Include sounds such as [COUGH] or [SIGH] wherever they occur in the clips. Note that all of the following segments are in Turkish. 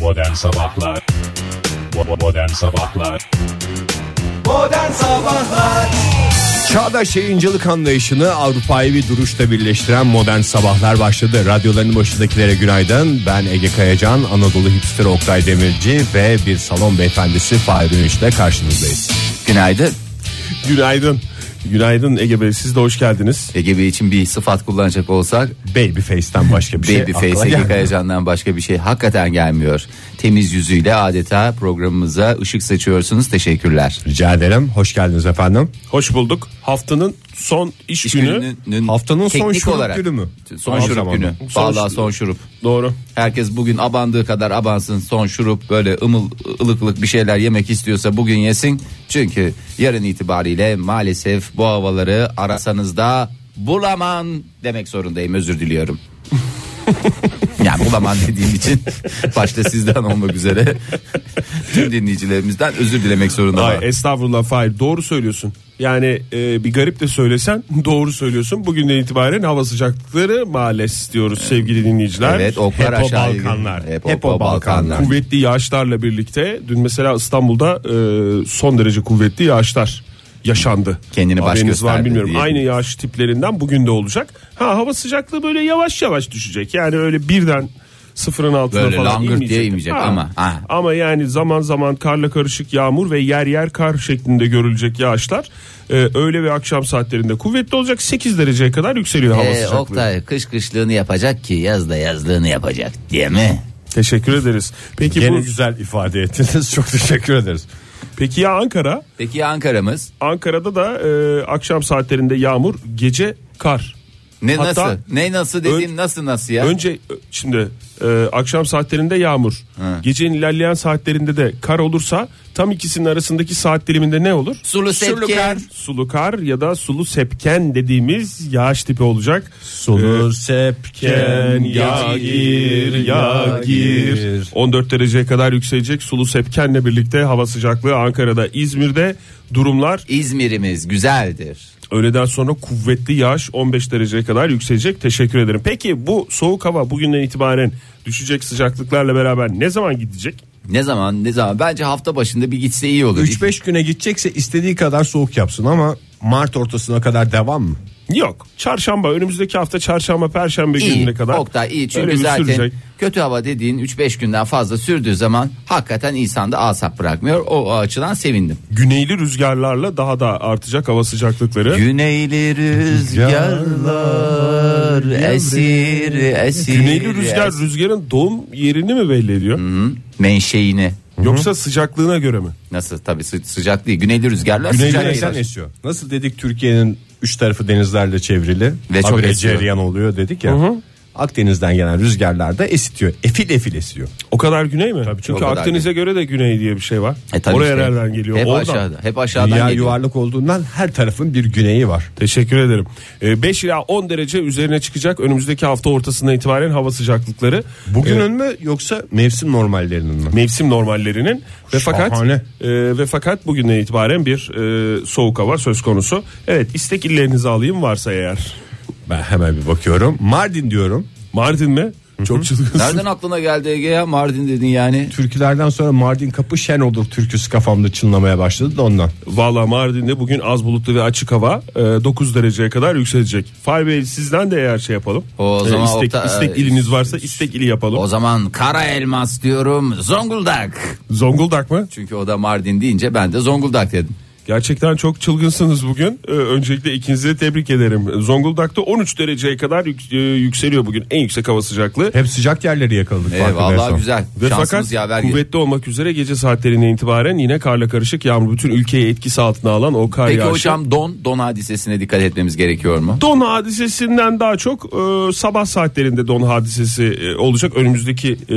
Modern Sabahlar Bo- Modern Sabahlar Modern Sabahlar Çağdaş yayıncılık anlayışını Avrupa'yı bir duruşla birleştiren modern sabahlar başladı. Radyoların başındakilere günaydın. Ben Ege Kayacan, Anadolu hipster Oktay Demirci ve bir salon beyefendisi Fahir Önüç ile karşınızdayız. Günaydın. Günaydın. Günaydın Ege Bey siz de hoş geldiniz. Ege Bey için bir sıfat kullanacak olsak Babyface'den başka bir şey Baby akla Face Ege gelmiyor. Kayacan'dan başka bir şey hakikaten gelmiyor. Temiz yüzüyle adeta programımıza ışık saçıyorsunuz. Teşekkürler. Rica ederim. Hoş geldiniz efendim. Hoş bulduk. Haftanın son iş, İş günü. gününün Haftanın son teknik şurup günü mü? Son Aynı şurup zamanda. günü. Son Vallahi şurup. son şurup. Doğru. Herkes bugün abandığı kadar abansın. Son şurup böyle ımıl ılık ılık bir şeyler yemek istiyorsa bugün yesin. Çünkü yarın itibariyle maalesef bu havaları arasanız da bulaman demek zorundayım. Özür diliyorum. Yani bulaman dediğim için başta sizden olmak üzere tüm dinleyicilerimizden özür Ay, dilemek zorundayım. estağfurullah Fahir doğru söylüyorsun. Yani e, bir garip de söylesen [LAUGHS] doğru söylüyorsun. Bugünden itibaren hava sıcaklıkları maalesef diyoruz sevgili dinleyiciler. Evet oklar Hep o aşağı Balkanlar. Hep, Hep o o Balkanlar. Balkanlar. Kuvvetli yağışlarla birlikte dün mesela İstanbul'da e, son derece kuvvetli yağışlar yaşandı. Kendini baş Haberiniz var gösterdi bilmiyorum. diyelim. Aynı yağış tiplerinden bugün de olacak. Ha hava sıcaklığı böyle yavaş yavaş düşecek. Yani öyle birden sıfırın altına Böyle falan langırt inmeyecek. diye inmeyecek ama, ha. Ama yani zaman zaman karla karışık yağmur ve yer yer kar şeklinde görülecek yağışlar e, öğle ve akşam saatlerinde kuvvetli olacak. 8 dereceye kadar yükseliyor hava Ee, sıcaklığı. Oktay kış kışlığını yapacak ki yaz da yazlığını yapacak diye mi? Teşekkür ederiz. Peki Gene bu güzel ifade ettiniz. [LAUGHS] Çok teşekkür ederiz. peki ya Ankara? Peki ya Ankara'mız? Ankara'da da e, akşam saatlerinde yağmur, gece kar. Ne Hatta nasıl? Ne nasıl dediğin ön- nasıl nasıl ya? Önce şimdi e, akşam saatlerinde yağmur, gecenin ilerleyen saatlerinde de kar olursa tam ikisinin arasındaki saat diliminde ne olur? Sulu sepken. kar. Sulu kar ya da sulu sepken dediğimiz yağış tipi olacak. Sunur E, sepken ya gir ya gir 14 dereceye kadar yükselecek sulu sepkenle birlikte hava sıcaklığı Ankara'da İzmir'de durumlar İzmir'imiz güzeldir. Öğleden sonra kuvvetli yağış 15 dereceye kadar yükselecek. Teşekkür ederim. Peki bu soğuk hava bugünden itibaren düşecek sıcaklıklarla beraber ne zaman gidecek? Ne zaman ne zaman bence hafta başında bir gitse iyi olur. 3-5 güne gidecekse istediği kadar soğuk yapsın ama Mart ortasına kadar devam mı? Yok. Çarşamba önümüzdeki hafta çarşamba perşembe gününe iyi. kadar. Oktay iyi öyle çünkü bir zaten sürecek. kötü hava dediğin 3-5 günden fazla sürdüğü zaman hakikaten insanda asap bırakmıyor. O, o açıdan sevindim. güneyli rüzgarlarla daha da artacak hava sıcaklıkları. Güneyli rüzgarlar esir esir. güneyli rüzgar esir. rüzgarın doğum yerini mi belli ediyor? menşeini Yoksa sıcaklığına göre mi? nasıl tabii sı- sıcak değil. Güneyli rüzgarlar Güneyden sıcak. esen esiyor. Nasıl dedik Türkiye'nin üç tarafı denizlerle çevrili. Ve çok Habire esiyor. cereyan oluyor dedik ya. Akdeniz'den gelen rüzgarlar da esitiyor. Efil efil esiyor. O kadar güney mi? Çünkü o kadar Akdeniz'e göre de güney diye bir şey var. E, tabii Oraya işte. nereden geliyor? Hep Oradan. aşağıda. Hep aşağıdan Dünya geliyor. yuvarlak olduğundan her tarafın bir güneyi var. Teşekkür ederim. 5 ila 10 derece üzerine çıkacak önümüzdeki hafta ortasından itibaren hava sıcaklıkları. Bugünün e, mü yoksa mevsim normallerinin mi? mevsim normallerinin ve fakat Şahane. e, ve fakat bugünden itibaren bir e, soğuk hava söz konusu. Evet istek illerinizi alayım varsa eğer. Ben hemen bir bakıyorum. Mardin diyorum. Mardin mi? Çok çılgınsın. Nereden aklına geldi Ege ya Mardin dedin yani. Türkülerden sonra Mardin kapı şen olur türküsü kafamda çınlamaya başladı da ondan. Valla Mardin'de bugün az bulutlu ve açık hava e, 9 dereceye kadar yükselecek. Fahri Bey sizden de eğer şey yapalım. O zaman istek, Oktay- e, istek iliniz varsa istek ili yapalım. O zaman kara elmas diyorum Zonguldak. Zonguldak mı? Çünkü o da Mardin deyince ben de Zonguldak dedim. Gerçekten çok çılgınsınız bugün. Ee, öncelikle ikinizi de tebrik ederim. Zonguldak'ta 13 dereceye kadar yük- e, yükseliyor bugün en yüksek hava sıcaklığı. Hep sıcak yerleri yakaladık. Ee, vallahi farkındaysan. güzel. Ve Şansımız fakat yaver gitti. kuvvetli olmak üzere gece saatlerine itibaren yine karla karışık yağmur bütün ülkeyi etkisi altına alan o kar Peki yağışı. hocam don don hadisesine dikkat etmemiz gerekiyor mu? Don hadisesinden daha çok e, sabah saatlerinde don hadisesi e, olacak önümüzdeki e,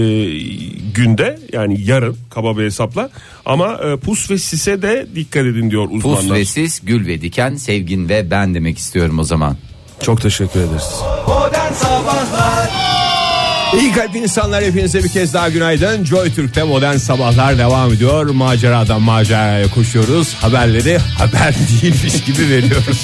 günde yani yarın kaba bir hesapla ama e, pus ve sise de dikkat edin diyor uzmanlar. Pus ve sis, gül ve diken, sevgin ve ben demek istiyorum o zaman. Çok teşekkür ederiz. Modern Sabahlar İyi kalp insanlar hepinize bir kez daha günaydın. Joy Türk'te modern sabahlar devam ediyor. Maceradan maceraya koşuyoruz. Haberleri [LAUGHS] haber değilmiş gibi veriyoruz.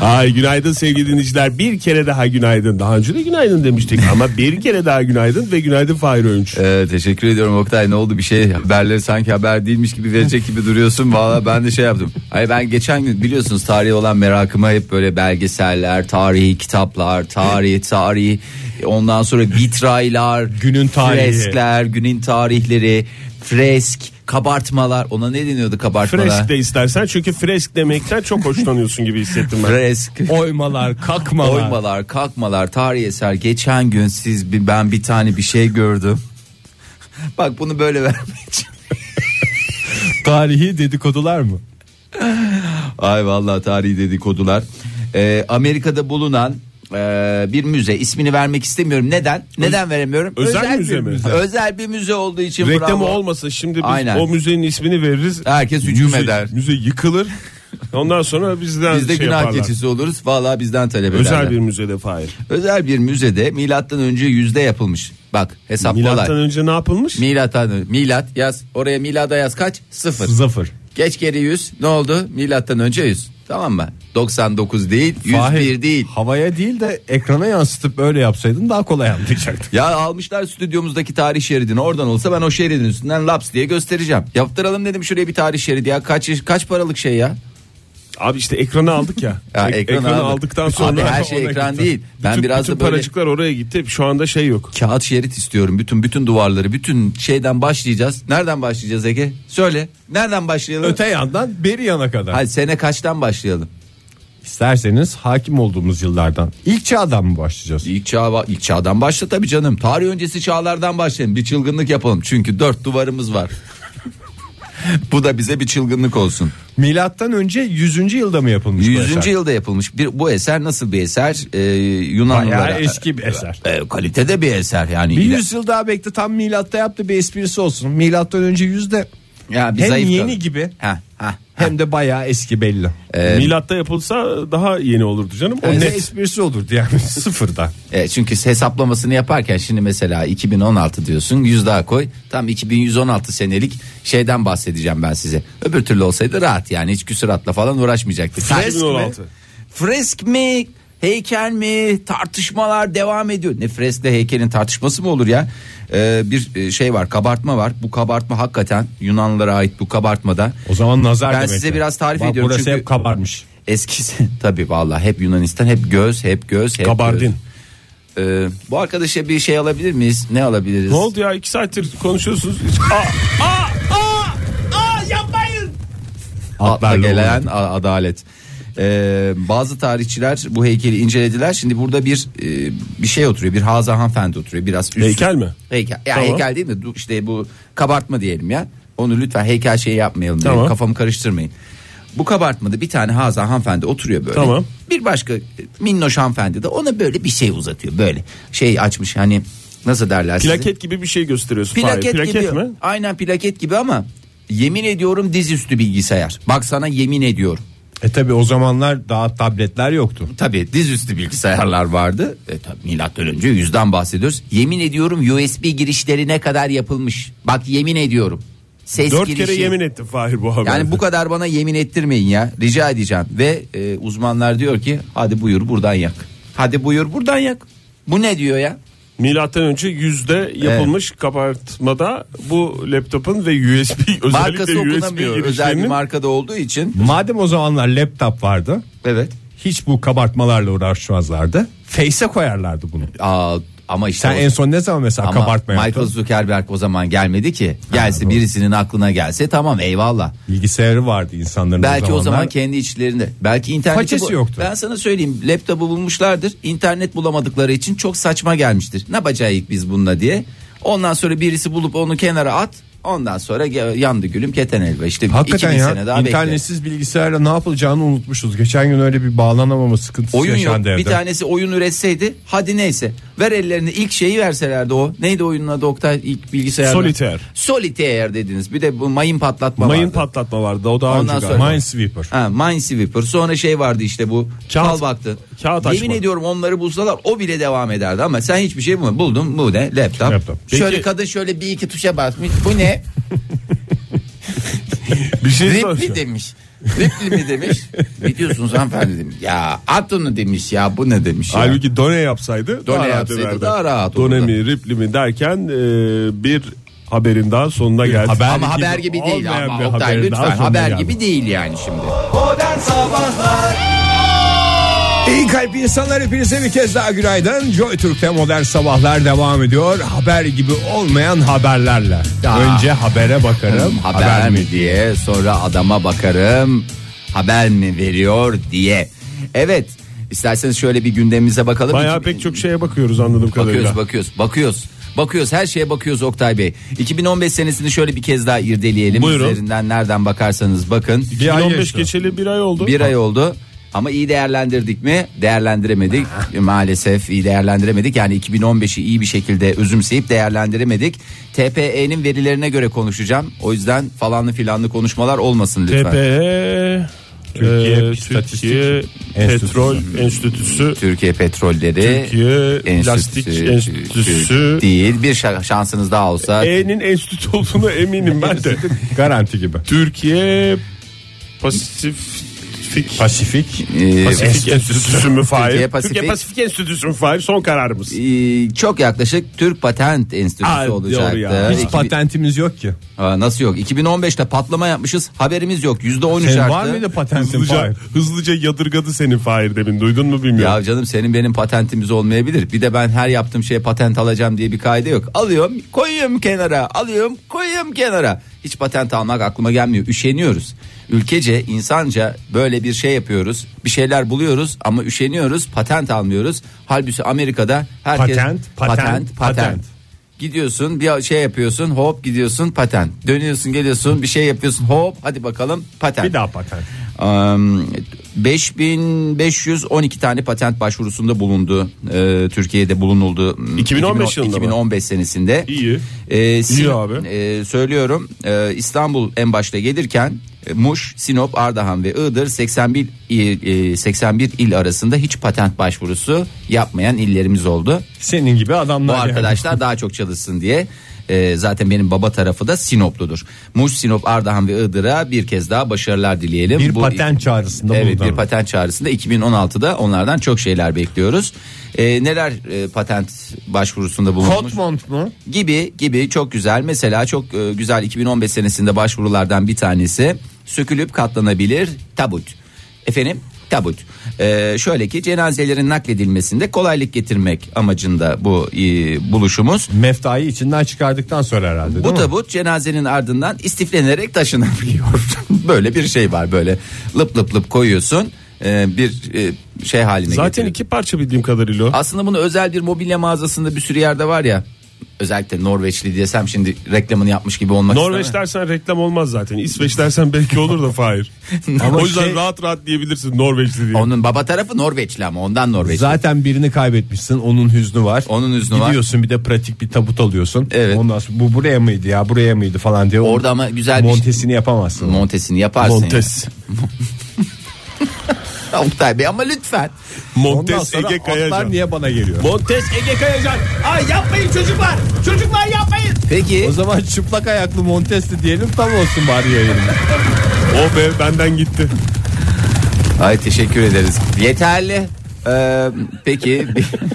Ay günaydın sevgili dinleyiciler. Bir kere daha günaydın. Daha önce de günaydın demiştik ama bir kere daha günaydın ve günaydın Fahir Öğünç. Ee, teşekkür ediyorum Oktay ne oldu bir şey haberleri sanki haber değilmiş gibi verecek gibi duruyorsun valla ben de şey yaptım Hayır ben geçen gün biliyorsunuz tarihe olan merakıma hep böyle belgeseller tarihi kitaplar tarihi tarihi ondan sonra vitraylar Günün tarihi. freskler günün tarihleri fresk kabartmalar ona ne deniyordu kabartmalar Fresk de istersen çünkü fresk demekten çok hoşlanıyorsun gibi hissettim ben. fresk Oymalar, kakmalar. Oymalar, kalkmalar, tarih eser. Geçen gün siz bir, ben bir tane bir şey gördüm. [LAUGHS] Bak bunu böyle vermeyeceğim. [LAUGHS] Tarihi dedikodular mı? Ay vallahi tarihi dedikodular. Ee, Amerika'da bulunan e, bir müze ismini vermek istemiyorum. Neden? Neden veremiyorum? özel müze bir mi? Özel bir müze olduğu için Reklamı bravo. olmasa şimdi biz Aynen. o müzenin ismini veririz. Herkes hücum müze, eder. Müze [LAUGHS] yıkılır. Ondan sonra bizden Biz de şey günah yaparlar. keçisi oluruz. Vallahi bizden talep Özel ederler. bir müzede Fahir. Özel bir müzede milattan önce yüzde yapılmış. Bak hesap Milattan kolay. önce ne yapılmış? Milattan önce. Milat yaz. Oraya milada yaz kaç? Sıfır. Zafer. Geç geri 100 ne oldu? Milattan önce 100. Tamam mı? 99 değil, 101 Fahir, değil. Havaya [LAUGHS] değil de ekrana yansıtıp öyle yapsaydın daha kolay anlayacaktın. [LAUGHS] Ya almışlar stüdyomuzdaki tarih şeridini. Oradan olsa ben o şeridin üstünden laps diye göstereceğim. Yaptıralım dedim şuraya bir tarih şeridi ya. Kaç kaç paralık şey ya? Abi işte ekranı aldık ya. [LAUGHS] Ya Ek- ekranı aldık. aldıktan Abi sonra [LAUGHS] her şey ona ekran gitti. değil. Ben bütün, biraz da bütün böyle- paracıklar oraya gitti. Şu anda şey yok. Kağıt şerit istiyorum. Bütün bütün duvarları, bütün şeyden başlayacağız. Nereden başlayacağız Ege? Söyle. Nereden başlayalım? Öte yandan beri yana kadar. Hadi sene kaçtan başlayalım? İsterseniz hakim olduğumuz yıllardan. İlk çağdan mı başlayacağız? İlk çağ ilk çağdan başla tabii canım. Tarih öncesi çağlardan başlayalım. Bir çılgınlık yapalım. Çünkü dört duvarımız var. [LAUGHS] Bu da bize bir çılgınlık olsun. Milattan önce 100. yılda mı yapılmış bu 100. eser? yılda yapılmış bir bu eser nasıl bir eser? Ee, Yunanlılara Bayağı eski bir eser. Ee, kalitede bir eser yani. Bir yüzyıl daha bekle tam milatta yaptı bir esprisi olsun. Milattan önce yüzde Ya bir hem zayıf yeni kalın. gibi Ha ha. hem de bayağı eski belli. Ee, Milatta yapılsa daha yeni olurdu canım. O O ne net. esprisi olurdu yani [LAUGHS] sıfırda. E, çünkü hesaplamasını yaparken şimdi mesela 2016 diyorsun 100 daha koy. Tam 2116 senelik şeyden bahsedeceğim ben size. Öbür türlü olsaydı rahat yani hiç küsuratla falan uğraşmayacaktık. Fresk mi? 2016. Fresk mi? Heykel mi? Tartışmalar devam ediyor. Ne freskle heykelin tartışması mı olur ya? E, bir e, şey var kabartma var. Bu kabartma hakikaten Yunanlılara ait bu kabartmada. O zaman nazar Ben demek size ki. biraz tarif Bak, ediyorum Burası çünkü- hep kabarmış. Eskisi [LAUGHS] tabii vallahi hep Yunanistan hep göz hep göz hep Kabardin. göz. E, bu arkadaşa bir şey alabilir miyiz? Ne alabiliriz? Ne oldu ya? iki saattir konuşuyorsunuz. [LAUGHS] Aa, aa, aa, aa, yapmayın. Atla Atlarla gelen a- adalet. Ee, bazı tarihçiler bu heykeli incelediler. Şimdi burada bir e, bir şey oturuyor. Bir Haza hanımefendi oturuyor. Biraz üst- Heykel mi? Heykel. Ya Tamam. heykel değil mi? Du- İşte bu kabartma diyelim ya. Onu lütfen heykel şeyi yapmayalım. diye Tamam. Kafamı karıştırmayın. Bu kabartmada bir tane Haza hanımefendi oturuyor böyle. Tamam. Bir başka e, minnoş hanımefendi de ona böyle bir şey uzatıyor. Böyle şey açmış hani nasıl derler size? Plaket gibi bir şey gösteriyorsun. Plaket, Fahir. Plaket gibi. mi? Aynen plaket gibi ama yemin ediyorum dizüstü bilgisayar. Bak sana yemin ediyorum. E tabi o zamanlar daha tabletler yoktu. Tabii dizüstü bilgisayarlar vardı. E tabii milattan önce yüzden bahsediyoruz. Yemin ediyorum USB girişlerine kadar yapılmış. Bak yemin ediyorum. Ses Dört girişi. kere yemin ettim Fahir bu haberde. Yani bu kadar bana yemin ettirmeyin ya. Rica edeceğim. Ve e, uzmanlar diyor ki hadi buyur buradan yak. Hadi buyur buradan yak. Bu ne diyor ya? Milattan önce yüzde yapılmış kabartmada bu laptopun ve USB [LAUGHS] Markası özellikle USB okunamıyor. Özel bir girişlerinin markada olduğu için. Madem o zamanlar laptop vardı Evet. hiç bu kabartmalarla uğraşmazlardı. Face'e koyarlardı bunu. Aa, ama işte Sen o- en son ne zaman mesela Ama kabartma Michael yaptın? Zuckerberg o zaman gelmedi ki. Gelse doğru. birisinin aklına gelse tamam eyvallah. Bilgisayarı vardı insanların Belki o, Hani zamanlar. zaman kendi içlerinde. Belki interneti Façesi bu- yoktu. Ben sana söyleyeyim laptopu bulmuşlardır. İnternet bulamadıkları için çok saçma gelmiştir. Ne bacayık biz bununla diye. Ondan sonra birisi bulup onu kenara at. Ondan sonra ge- yandı gülüm keten elba. İşte Hakikaten 2000 sene ya daha bekle. internetsiz bilgisayarla ne yapılacağını unutmuşuz. Geçen gün öyle bir bağlanamama sıkıntısı Oyun yok. yaşandı evde. Bir tanesi oyun üretseydi hadi neyse. Ver ellerini ilk şeyi verselerdi o. Neydi oyunun adı Oktay ilk bilgisayarda? Solitaire. Solitaire dediniz. Bir de bu mayın patlatma mayın vardı. patlatma vardı. O daha Ondan önce sonra- galiba. Minesweeper. Ha, Minesweeper sonra şey vardı işte bu Kağıt- kal baktı. kağıt Yemin açma. ediyorum onları bulsalar o bile devam ederdi ama sen hiçbir şey bulmadın. Buldun bu ne laptop. Laptop. Şöyle Peki- kadın şöyle bir iki tuşa basmış bu ne Bir şey Ripley soracağım. demiş. Ripli [LAUGHS] mi demiş? ne diyorsunuz hanımefendi demiş. Ya at onu demiş ya bu ne demiş ya. Halbuki done yapsaydı Done daha rahat yapsaydı ederdi. daha rahat Done olurdu. mi Ripley mi derken e, bir haberin daha sonuna geldi. ama haber gibi değil olmayan bir ama Oktay haberin daha lütfen sonuna haber geldi. gibi değil yani şimdi. Modern Sabahlar İyi kalp insanlar hepinize bir kez daha günaydın. Joy Türk'te modern sabahlar devam ediyor. Haber gibi olmayan haberlerle. Ya. Önce habere bakarım. haber, mi diye sonra adama bakarım haber mi veriyor diye. Evet isterseniz şöyle bir gündemimize bakalım. Bayağı İki- pek çok şeye bakıyoruz anladığım kadarıyla. Bakıyoruz bakıyoruz bakıyoruz. Bakıyoruz her şeye bakıyoruz Oktay Bey. 2015 senesini şöyle bir kez daha irdeleyelim. Buyurun. Üzerinden nereden bakarsanız bakın. Bir ay 2015 geçti. geçeli bir ay oldu. Bir ay oldu. Ama iyi değerlendirdik mi? [LAUGHS] Değerlendiremedik. Maalesef iyi değerlendiremedik. Yani 2015'i iyi bir şekilde özümseyip değerlendiremedik. TPE'nin verilerine göre konuşacağım. O yüzden falanlı filanlı konuşmalar olmasın E lütfen. TPE Türkiye e, İstatistik Türkiye Enstitüsü. Petrol Enstitüsü Türkiye Petrolleri Türkiye Enstitüsü- Lastik Enstitüsü. E, değil. Bir şa- şansınız daha olsa E'nin enstitü olduğuna eminim ben de. Garanti gibi. Türkiye Pasifik Pasifik. Ee, Pasifik Enstitüsü mü Fahir? Türkiye Türkiye Pasifik- Pasifik, Enstitüsü mü Fahir? Son kararımız. Ee, çok yaklaşık Türk Patent Enstitüsü Aa, doğru olacaktı. ya. Hiç İki bin- patentimiz yok ki. Aa, nasıl yok? 2015'te patlama yapmışız. Haberimiz yok. %13 Senin arttı. var mıydı patentin? Hızlıca, Fahir? hızlıca yadırgadı senin Fahir demin duydun mu bilmiyorum. Ya canım senin benim patentimiz olmayabilir. Bir de ben her yaptığım şeye patent alacağım diye bir kaide yok. Alıyorum, koyuyorum kenara, alıyorum, koyuyorum kenara. Hiç patent almak aklıma gelmiyor. Üşeniyoruz. Ülkece, insanca böyle bir şey yapıyoruz. Bir şeyler buluyoruz ama üşeniyoruz, patent almıyoruz. Halbuki Amerika'da herkes Patent, patent, patent. patent. Gidiyorsun bir şey yapıyorsun hop gidiyorsun patent. Dönüyorsun geliyorsun bir şey yapıyorsun hop hadi bakalım patent. Bir daha patent. Am, 5512 tane patent başvurusunda bulundu. Ee, Türkiye'de bulunuldu. 2015 yılında mı? 2015 senesinde. İyi. Ee, Sin- İyi abi. e, söylüyorum e, İstanbul en başta gelirken e, Muş, Sinop, Ardahan ve Iğdır 81 il, e, 81 il arasında hiç patent başvurusu yapmayan illerimiz oldu. Senin gibi Bu adamlar. yani. arkadaşlar daha çok çalışsın diye. Ee, zaten benim baba tarafı da Sinopludur. Muş, Sinop, Ardahan ve Iğdır'a bir kez daha başarılar dileyelim. Bir Bu- patent çağrısında Evet bulunalım. bir patent çağrısında 2016'da onlardan çok şeyler bekliyoruz. Ee, neler e, patent başvurusunda bulunmuş? Kotmont mu? gibi gibi çok güzel. Mesela çok e, güzel 2015 senesinde başvurulardan bir tanesi sökülüp katlanabilir tabut. Efendim tabut. Ee, şöyle ki cenazelerin nakledilmesinde kolaylık getirmek amacında bu e, buluşumuz. Meftayı içinden çıkardıktan sonra herhalde değil Bu mi? tabut cenazenin ardından istiflenerek taşınabiliyor. [LAUGHS] böyle bir şey var böyle lıp lıp lıp koyuyorsun e, bir e, şey haline Zaten getiriyor. iki parça bildiğim kadarıyla o. Aslında bunu özel bir mobilya mağazasında bir sürü yerde var ya. Özellikle Norveçli desem şimdi reklamını yapmış gibi olmak Norveç istemem. dersen reklam olmaz zaten. [LAUGHS] İsveç dersen belki olur da Fahir. Ama o yüzden şey- rahat rahat diyebilirsin Norveçli diye. Onun baba tarafı Norveçli ama ondan Norveçli. Zaten birini kaybetmişsin onun hüznü var. Onun hüznü var. Gidiyorsun bir de pratik bir tabut alıyorsun. Evet. Ondan sonra bu buraya mıydı ya buraya mıydı falan diye. Orada ama güzel bir- şey- Montesini yapamazsın. Montesini yaparsın. Montes. ya. [LAUGHS] Oktay Bey ama lütfen. Ondan Montes sonra Ege atlar Kayacan. niye bana geliyor? Montes Ege Kayacan. Ay yapmayın çocuklar Çocuklar yapmayın Peki. O zaman çıplak ayaklı Montesli diyelim tam olsun bari yayında. Oh be benden gitti. Ay teşekkür ederiz. Yeterli. Ee, peki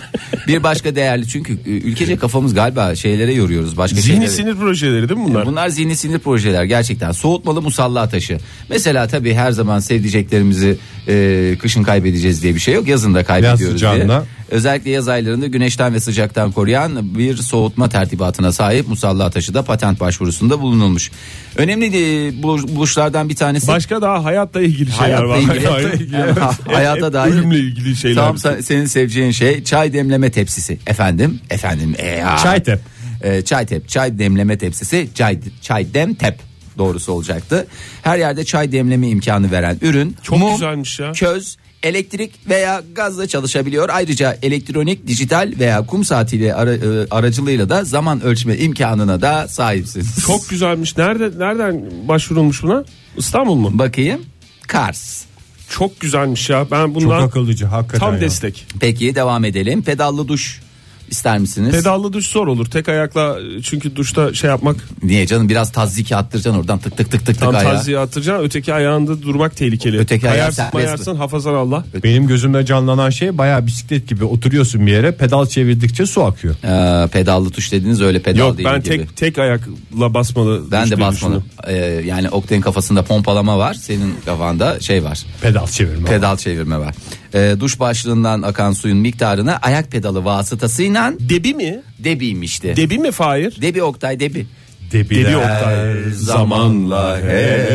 [LAUGHS] bir başka değerli çünkü e, ülkece kafamız galiba şeylere yoruyoruz başka Zihni şeylere. E, sinir projeleri değil mi bunlar? Bunlar zihni sinir projeler gerçekten. Soğutmalı musalla taşı. Mesela tabii her zaman sevdiceklerimizi e, kışın kaybedeceğiz diye bir şey yok. Yazın da kaybediyoruz diye. sıcağına. Özellikle yaz aylarında güneşten ve sıcaktan koruyan bir soğutma tertibatına sahip musalla taşı da patent başvurusunda bulunulmuş. Önemli de- bu- buluşlardan bir tanesi. Başka daha hayatla ilgili şeyler Hayatla var. ilgili. Hayatla ilgili. Yani ha- Hep- hayata hep dair- Ölümle ilgili şeyler. Tam sen- senin seveceğin şey çay demleme tepsisi. Efendim? Efendim? E ya. Çay tep. E, çay tep. Çay demleme tepsisi. Çay, çay dem tep doğrusu olacaktı. Her yerde çay demleme imkanı veren ürün. Çok güzelmiş ya. Köz, elektrik veya gazla çalışabiliyor. Ayrıca elektronik, dijital veya kum saatiyle ara- e, aracılığıyla da zaman ölçme imkanına da sahipsiniz. Çok güzelmiş. Nerede nereden başvurulmuş buna? İstanbul mu? Bakayım. Kars. Çok güzelmiş ya. Ben Çok bundan akıllıca hakikaten. tam ya. destek. Peki devam edelim. Pedallı duş. İster misiniz? Pedallı duş zor olur. Tek ayakla çünkü duşta şey yapmak Niye canım biraz tazziki attıracaksın oradan tık tık tık tık tam ayağa. taziye atacaksın. Öteki ayağında durmak tehlikeli. Öteki ayağı Kayarsın, serbest mayarsın, hafazan Allah. Benim gözümde canlanan şey bayağı bisiklet gibi oturuyorsun bir yere pedal çevirdikçe su akıyor. Ee, pedallı tuş dediniz öyle pedal Yok değil ben gibi. tek tek ayakla basmalı. ben duş de diye basmadım. düşündüm. Ee, yani Oktay'ın kafasında pompalama var. Senin kafanda şey var. Pedal çevirme. Pedal çevirme var. Ee, duş başlığından akan suyun miktarını ayak pedalı vasıtasıyla Debi mi? debiymişti. Debi mi Fahir? debi Oktay debi. Debiler. Debi Oktay. Zamanla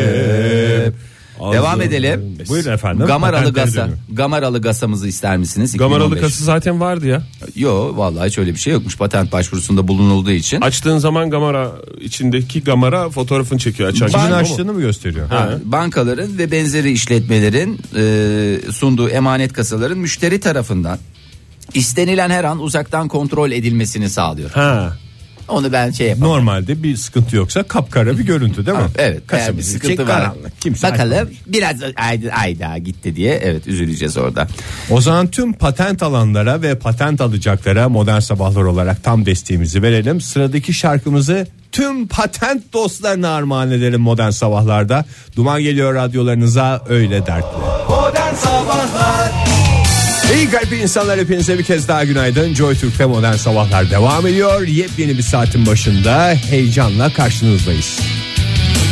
hep. Devam edelim. Buyurun efendim. Gamaralı Patentleri gasa. dönüyorum. Gamaralı gasamızı ister misiniz? Gamaralı 2015. kası zaten vardı ya. Yo vallahi hiç öyle bir şey yokmuş. Patent başvurusunda bulunulduğu için. Açtığın zaman gamara içindeki gamara fotoğrafını çekiyor açan. kişi, Kimin değil mi? E, açtığını mı gösteriyor? Ha, bankaların ve benzeri işletmelerin e, sunduğu emanet kasaların müşteri tarafından istenilen her an uzaktan kontrol edilmesini sağlıyor. Ha. Onu ben şey yapamam. Normalde bir sıkıntı yoksa kapkara bir görüntü değil mi? Evet, Kasa eğer bir bilecek, sıkıntı var. karanlık, Kimse Bakalım açmamış. biraz ayda ayda gitti diye evet üzüleceğiz orada. O zaman tüm patent alanlara ve patent alacaklara modern sabahlar olarak tam desteğimizi verelim. Sıradaki şarkımızı tüm patent dostlarına armağan edelim modern sabahlarda. Duman geliyor radyolarınıza öyle dertli. Modern Sabahlar İyi kalpli insanlar hepinize bir kez daha günaydın. Joy Türk'te modern sabahlar devam ediyor. Yepyeni bir saatin başında heyecanla karşınızdayız.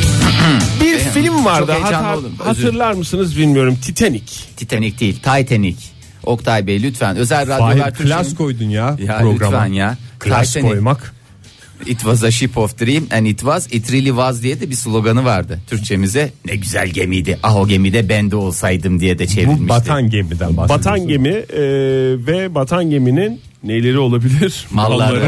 [CLEARS THROAT] Bir film vardı. heyecanlı Hatta- oldum. Özür- hatırlar mısınız bilmiyorum. Titanic. Titanic değil, Titanic. Oktay Bey lütfen özel radyolar Fahir klas Türkiye'nin- koydun ya, Ya programa. lütfen ya. Klas Titanic. koymak. It was a ship of dream and it was it really was diye de bir sloganı vardı. Türkçemize ne güzel gemiydi. Ah o gemide ben de olsaydım diye de çevrilmişti. Bu batan gemiden bahsediyorsun. Batan gemi e, ve batan geminin neleri olabilir? Malları.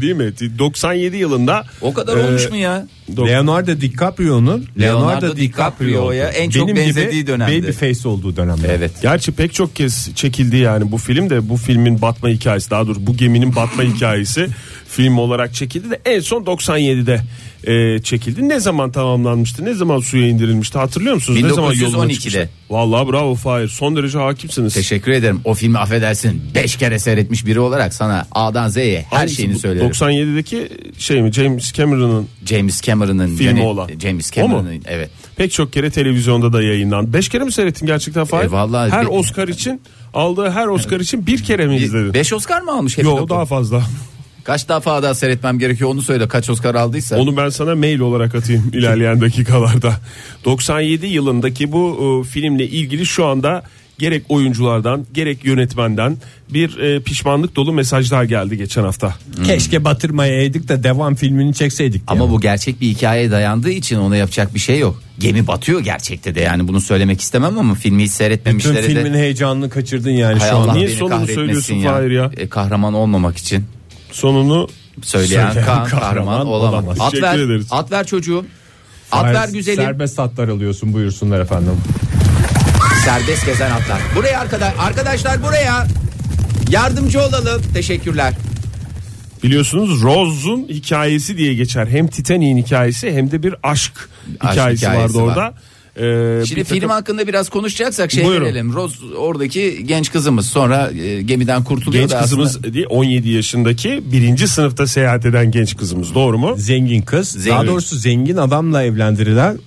[LAUGHS] Değil mi? 97 yılında. O kadar e, olmuş mu ya? dok- Ee, Leonardo DiCaprio'nun Leonardo DiCaprio'ya en çok benim benzediği gibi dönemdi. Babyface olduğu dönemde. Evet. Gerçi pek çok kez çekildi yani bu film de bu filmin batma hikayesi daha doğrusu bu geminin [LAUGHS] batma hikayesi film olarak çekildi de en son 97'de e, çekildi. Ne zaman tamamlanmıştı? Ne zaman suya indirilmişti? Hatırlıyor musunuz? Ne zaman yoluna 1912'de. çıkmıştı? Vallahi bravo Fahir. Son derece hakimsiniz. Teşekkür ederim. O filmi affedersin 5 kere seyretmiş biri olarak sana A'dan Z'ye her Hangisi şeyini bu? söylerim. 97'deki şey mi James Cameron'ın James Cameron'ın Filmi yönet- olan. James O mu? Cameron'ın evet. Pek çok kere televizyonda da yayınlandı. Beş kere mi seyrettin gerçekten Fahir? E, vallahi her bir- Oscar için aldığı her Oscar için bir kere mi izledin? 5 Oscar mı almış hep? Yo daha fazla. Kaç defa daha seyretmem gerekiyor onu söyle. Kaç Oscar aldıysa. Onu ben sana mail olarak [LAUGHS] atayım ilerleyen dakikalarda. 97 yılındaki bu e, filmle ilgili şu anda gerek oyunculardan gerek yönetmenden bir e, pişmanlık dolu mesajlar geldi geçen hafta. Keşke batırmayaydık da devam filmini çekseydik. diye. Ama bu gerçek bir hikayeye dayandığı için ona yapacak bir şey yok. Gemi batıyor gerçekte de yani bunu söylemek istemem ama filmi hiç Tüm seyretmemişlere de. filmin heyecanını kaçırdın yani Hay şu Allah an. Niye beni sonunu kahretmesin söylüyorsun Fahir ya? E, kahraman olmamak için Sonunu söyleyen, Söyleyen kah- kahraman, kahraman olamaz. olamaz. At ver, Teşekkür ederiz. at ver çocuğum. At ver güzelim. Serbest atlar alıyorsun buyursunlar efendim. Serbest gezen atlar. Buraya arkadaş, arkadaşlar buraya. Yardımcı olalım. Teşekkürler. biliyorsunuz Rose'un hikayesi diye geçer. Hem Titanic'in hikayesi hem de bir aşk, hikayesi, hikayesi vardı var. orada. Ee, Şimdi bir takım- film hakkında biraz konuşacaksak şey Buyurun. verelim. Rose oradaki genç kızımız sonra e, gemiden kurtuluyor Genç da kızımız aslında değil, 17 yaşındaki birinci sınıfta seyahat eden genç kızımız doğru mu? Zengin kız. Daha doğrusu zengin adamla evlendirilen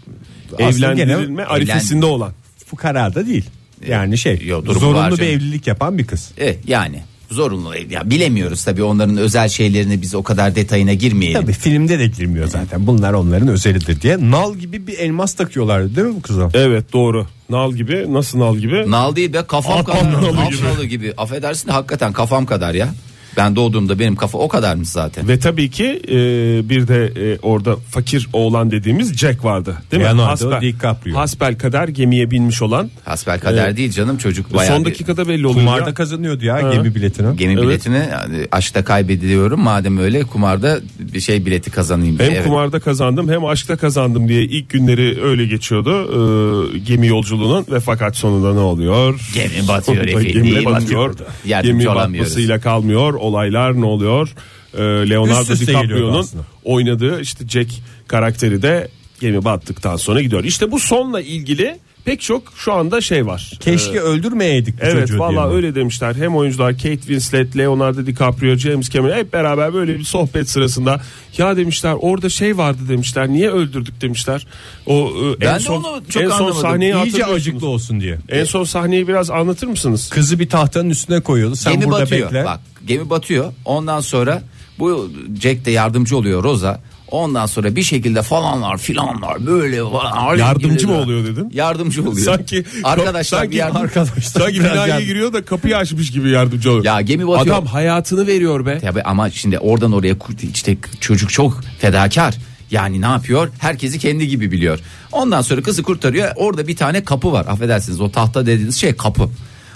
aslında gene Evlendirilme arifesinde olan. fukara da değil. Yani şey Yo, durumu var zorunlu bir canım. evlilik yapan bir kız. E, yani zorunlu ya bilemiyoruz tabii onların özel şeylerini biz o kadar detayına girmeyelim. Tabii filmde de girmiyor zaten. Bunlar onların özelidir diye. Nal gibi bir elmas takıyorlar değil mi bu kıza? Evet doğru. Nal gibi nasıl nal gibi? Nal değil be kafam At kadar. nalı At gibi. nalı gibi. Affedersin de hakikaten kafam kadar ya. Ben doğduğumda benim kafa o kadarmış zaten. Ve tabii ki e, bir de e, orada fakir oğlan dediğimiz Jack vardı. Değil mi? Leonardo DiCaprio. Hasbel kadar gemiye binmiş olan. Hasbel kader Evet. değil canım çocuk bayağı. Son bir- dakikada belli oluyor. Kumarda ya. kazanıyordu ya gemi biletini. Gemi Evet. biletini yani aşkta kaybediyorum madem öyle kumarda bir şey bileti kazanayım. diye. Hem Evet. kumarda kazandım hem aşkta kazandım diye ilk günleri öyle geçiyordu e, gemi yolculuğunun ve fakat sonunda ne oluyor? Gemi batıyor Sonunda efendim, Gemi iyi batıyor. batıyor. Yardımcı Gemi olamıyoruz. batmasıyla kalmıyor. Olaylar ne oluyor? E, Üst Leonardo üste geliyordu DiCaprio'nun aslında. oynadığı işte Jack karakteri de gemi battıktan sonra gidiyor. İşte bu sonla ilgili pek çok şu anda şey var. Keşke öldürmeyeydik bu Evet çocuğu diye valla mi? öyle demişler. Hem oyuncular Kate Winslet, Leonardo DiCaprio, James Cameron hep beraber böyle bir sohbet sırasında ya demişler orada şey vardı demişler. Niye öldürdük demişler. O e, Ben en de son onu çok en son anlamadım. sahneyi İyice hatırlıyorsunuz. acıklı olsun diye. En son sahneyi biraz anlatır mısınız? Kızı bir tahtanın üstüne koyuyordu. Sen gemi burada batıyor. bekle. Bak gemi batıyor. Ondan sonra bu Jack de yardımcı oluyor Rosa. Ondan sonra bir şekilde falanlar filanlar böyle falan. Yardımcı mı oluyor dedin? Yardımcı oluyor. Sanki arkadaşlar sanki bir yardım- Arkadaşlar Sanki biraz binaya yardım- giriyor da kapıyı açmış gibi yardımcı oluyor. Ya gemi batıyor. Adam hayatını veriyor be. Tabii ama şimdi oradan oraya kurt- işte çocuk çok fedakar. Yani ne yapıyor? Herkesi kendi gibi biliyor. Ondan sonra kızı kurtarıyor. Orada bir tane kapı var. Affedersiniz o tahta dediğiniz şey kapı.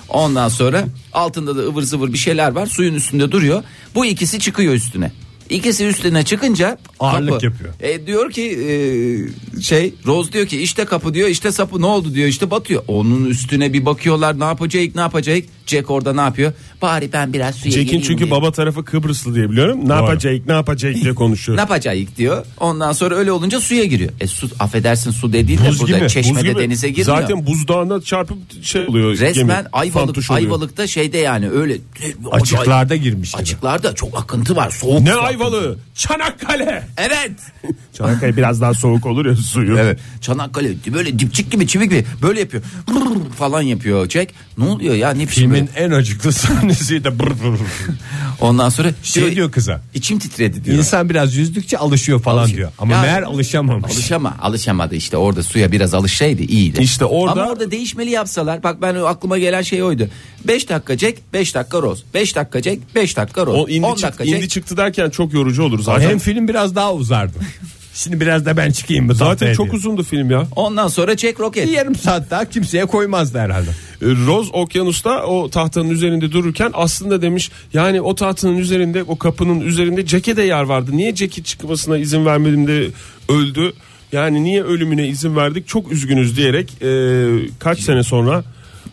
Ondan sonra altında da ıvır zıvır bir şeyler var. Suyun üstünde duruyor. Bu ikisi çıkıyor üstüne. İkisi üstüne çıkınca Ağırlık kapı- yapıyor. E, diyor ki e, şey Rose diyor ki işte kapı diyor işte sapı ne oldu diyor işte batıyor. Onun üstüne bir bakıyorlar ne yapacak ne yapacak. Jack orada ne yapıyor? Bari ben biraz suya Jack'in gireyim çünkü diye. baba tarafı Kıbrıslı diye biliyorum. Ne yapacak ne yapacak diye konuşuyor. [LAUGHS] Ne yapacağız diyor. Ondan sonra öyle olunca suya giriyor. E su affedersin su dediğin de Buz burada gibi. buz çeşmede gibi. denize girmiyor. Zaten buzdağına çarpıp şey oluyor. gemi, Resmen Ayvalık, fantuş oluyor. Ayvalık'ta şeyde yani öyle e, Açıklarda girmiş gibi. açıklarda çok akıntı var. Soğuk. Ne su. Ayvalığı? Çanakkale. [LAUGHS] Evet. Çanakkale biraz daha soğuk olur ya suyu. Evet. Çanakkale böyle dipçik gibi çivik gibi böyle yapıyor. Brrr falan yapıyor Jack. Ne oluyor ya ne biçim Filmin böyle? en acıklı [LAUGHS] sahnesi de brr brr. Ondan sonra Şey diyor kıza. İçim titredi diyor. İnsan biraz yüzdükçe alışıyor falan Alışıyor. diyor. Ama Ya- meğer alışamamış. Alışama, alışamadı işte orada suya biraz alışsaydı iyiydi. İşte orada- Ama orada değişmeli yapsalar. Bak ben aklıma gelen şey oydu. 5 dakika Jack, 5 dakika Rose. 5 dakika Jack, 5 dakika Rose. O 10 indi, çık- dakika indi Jack. çıktı derken çok yorucu olur zaten. Hem film biraz daha uzardı. [LAUGHS] Şimdi biraz da ben çıkayım bu Zaten tahtaya çok diye. uzundu film ya. Ondan sonra Jack roket. Bir yarım saat daha kimseye koymazdı herhalde. E, Roz okyanusta o tahtanın üzerinde dururken aslında demiş yani o tahtanın üzerinde o kapının üzerinde Jack'e de yer vardı. Niye Jack'i çıkmasına izin vermedim de öldü. Yani niye ölümüne izin verdik çok üzgünüz diyerek e, kaç sene sonra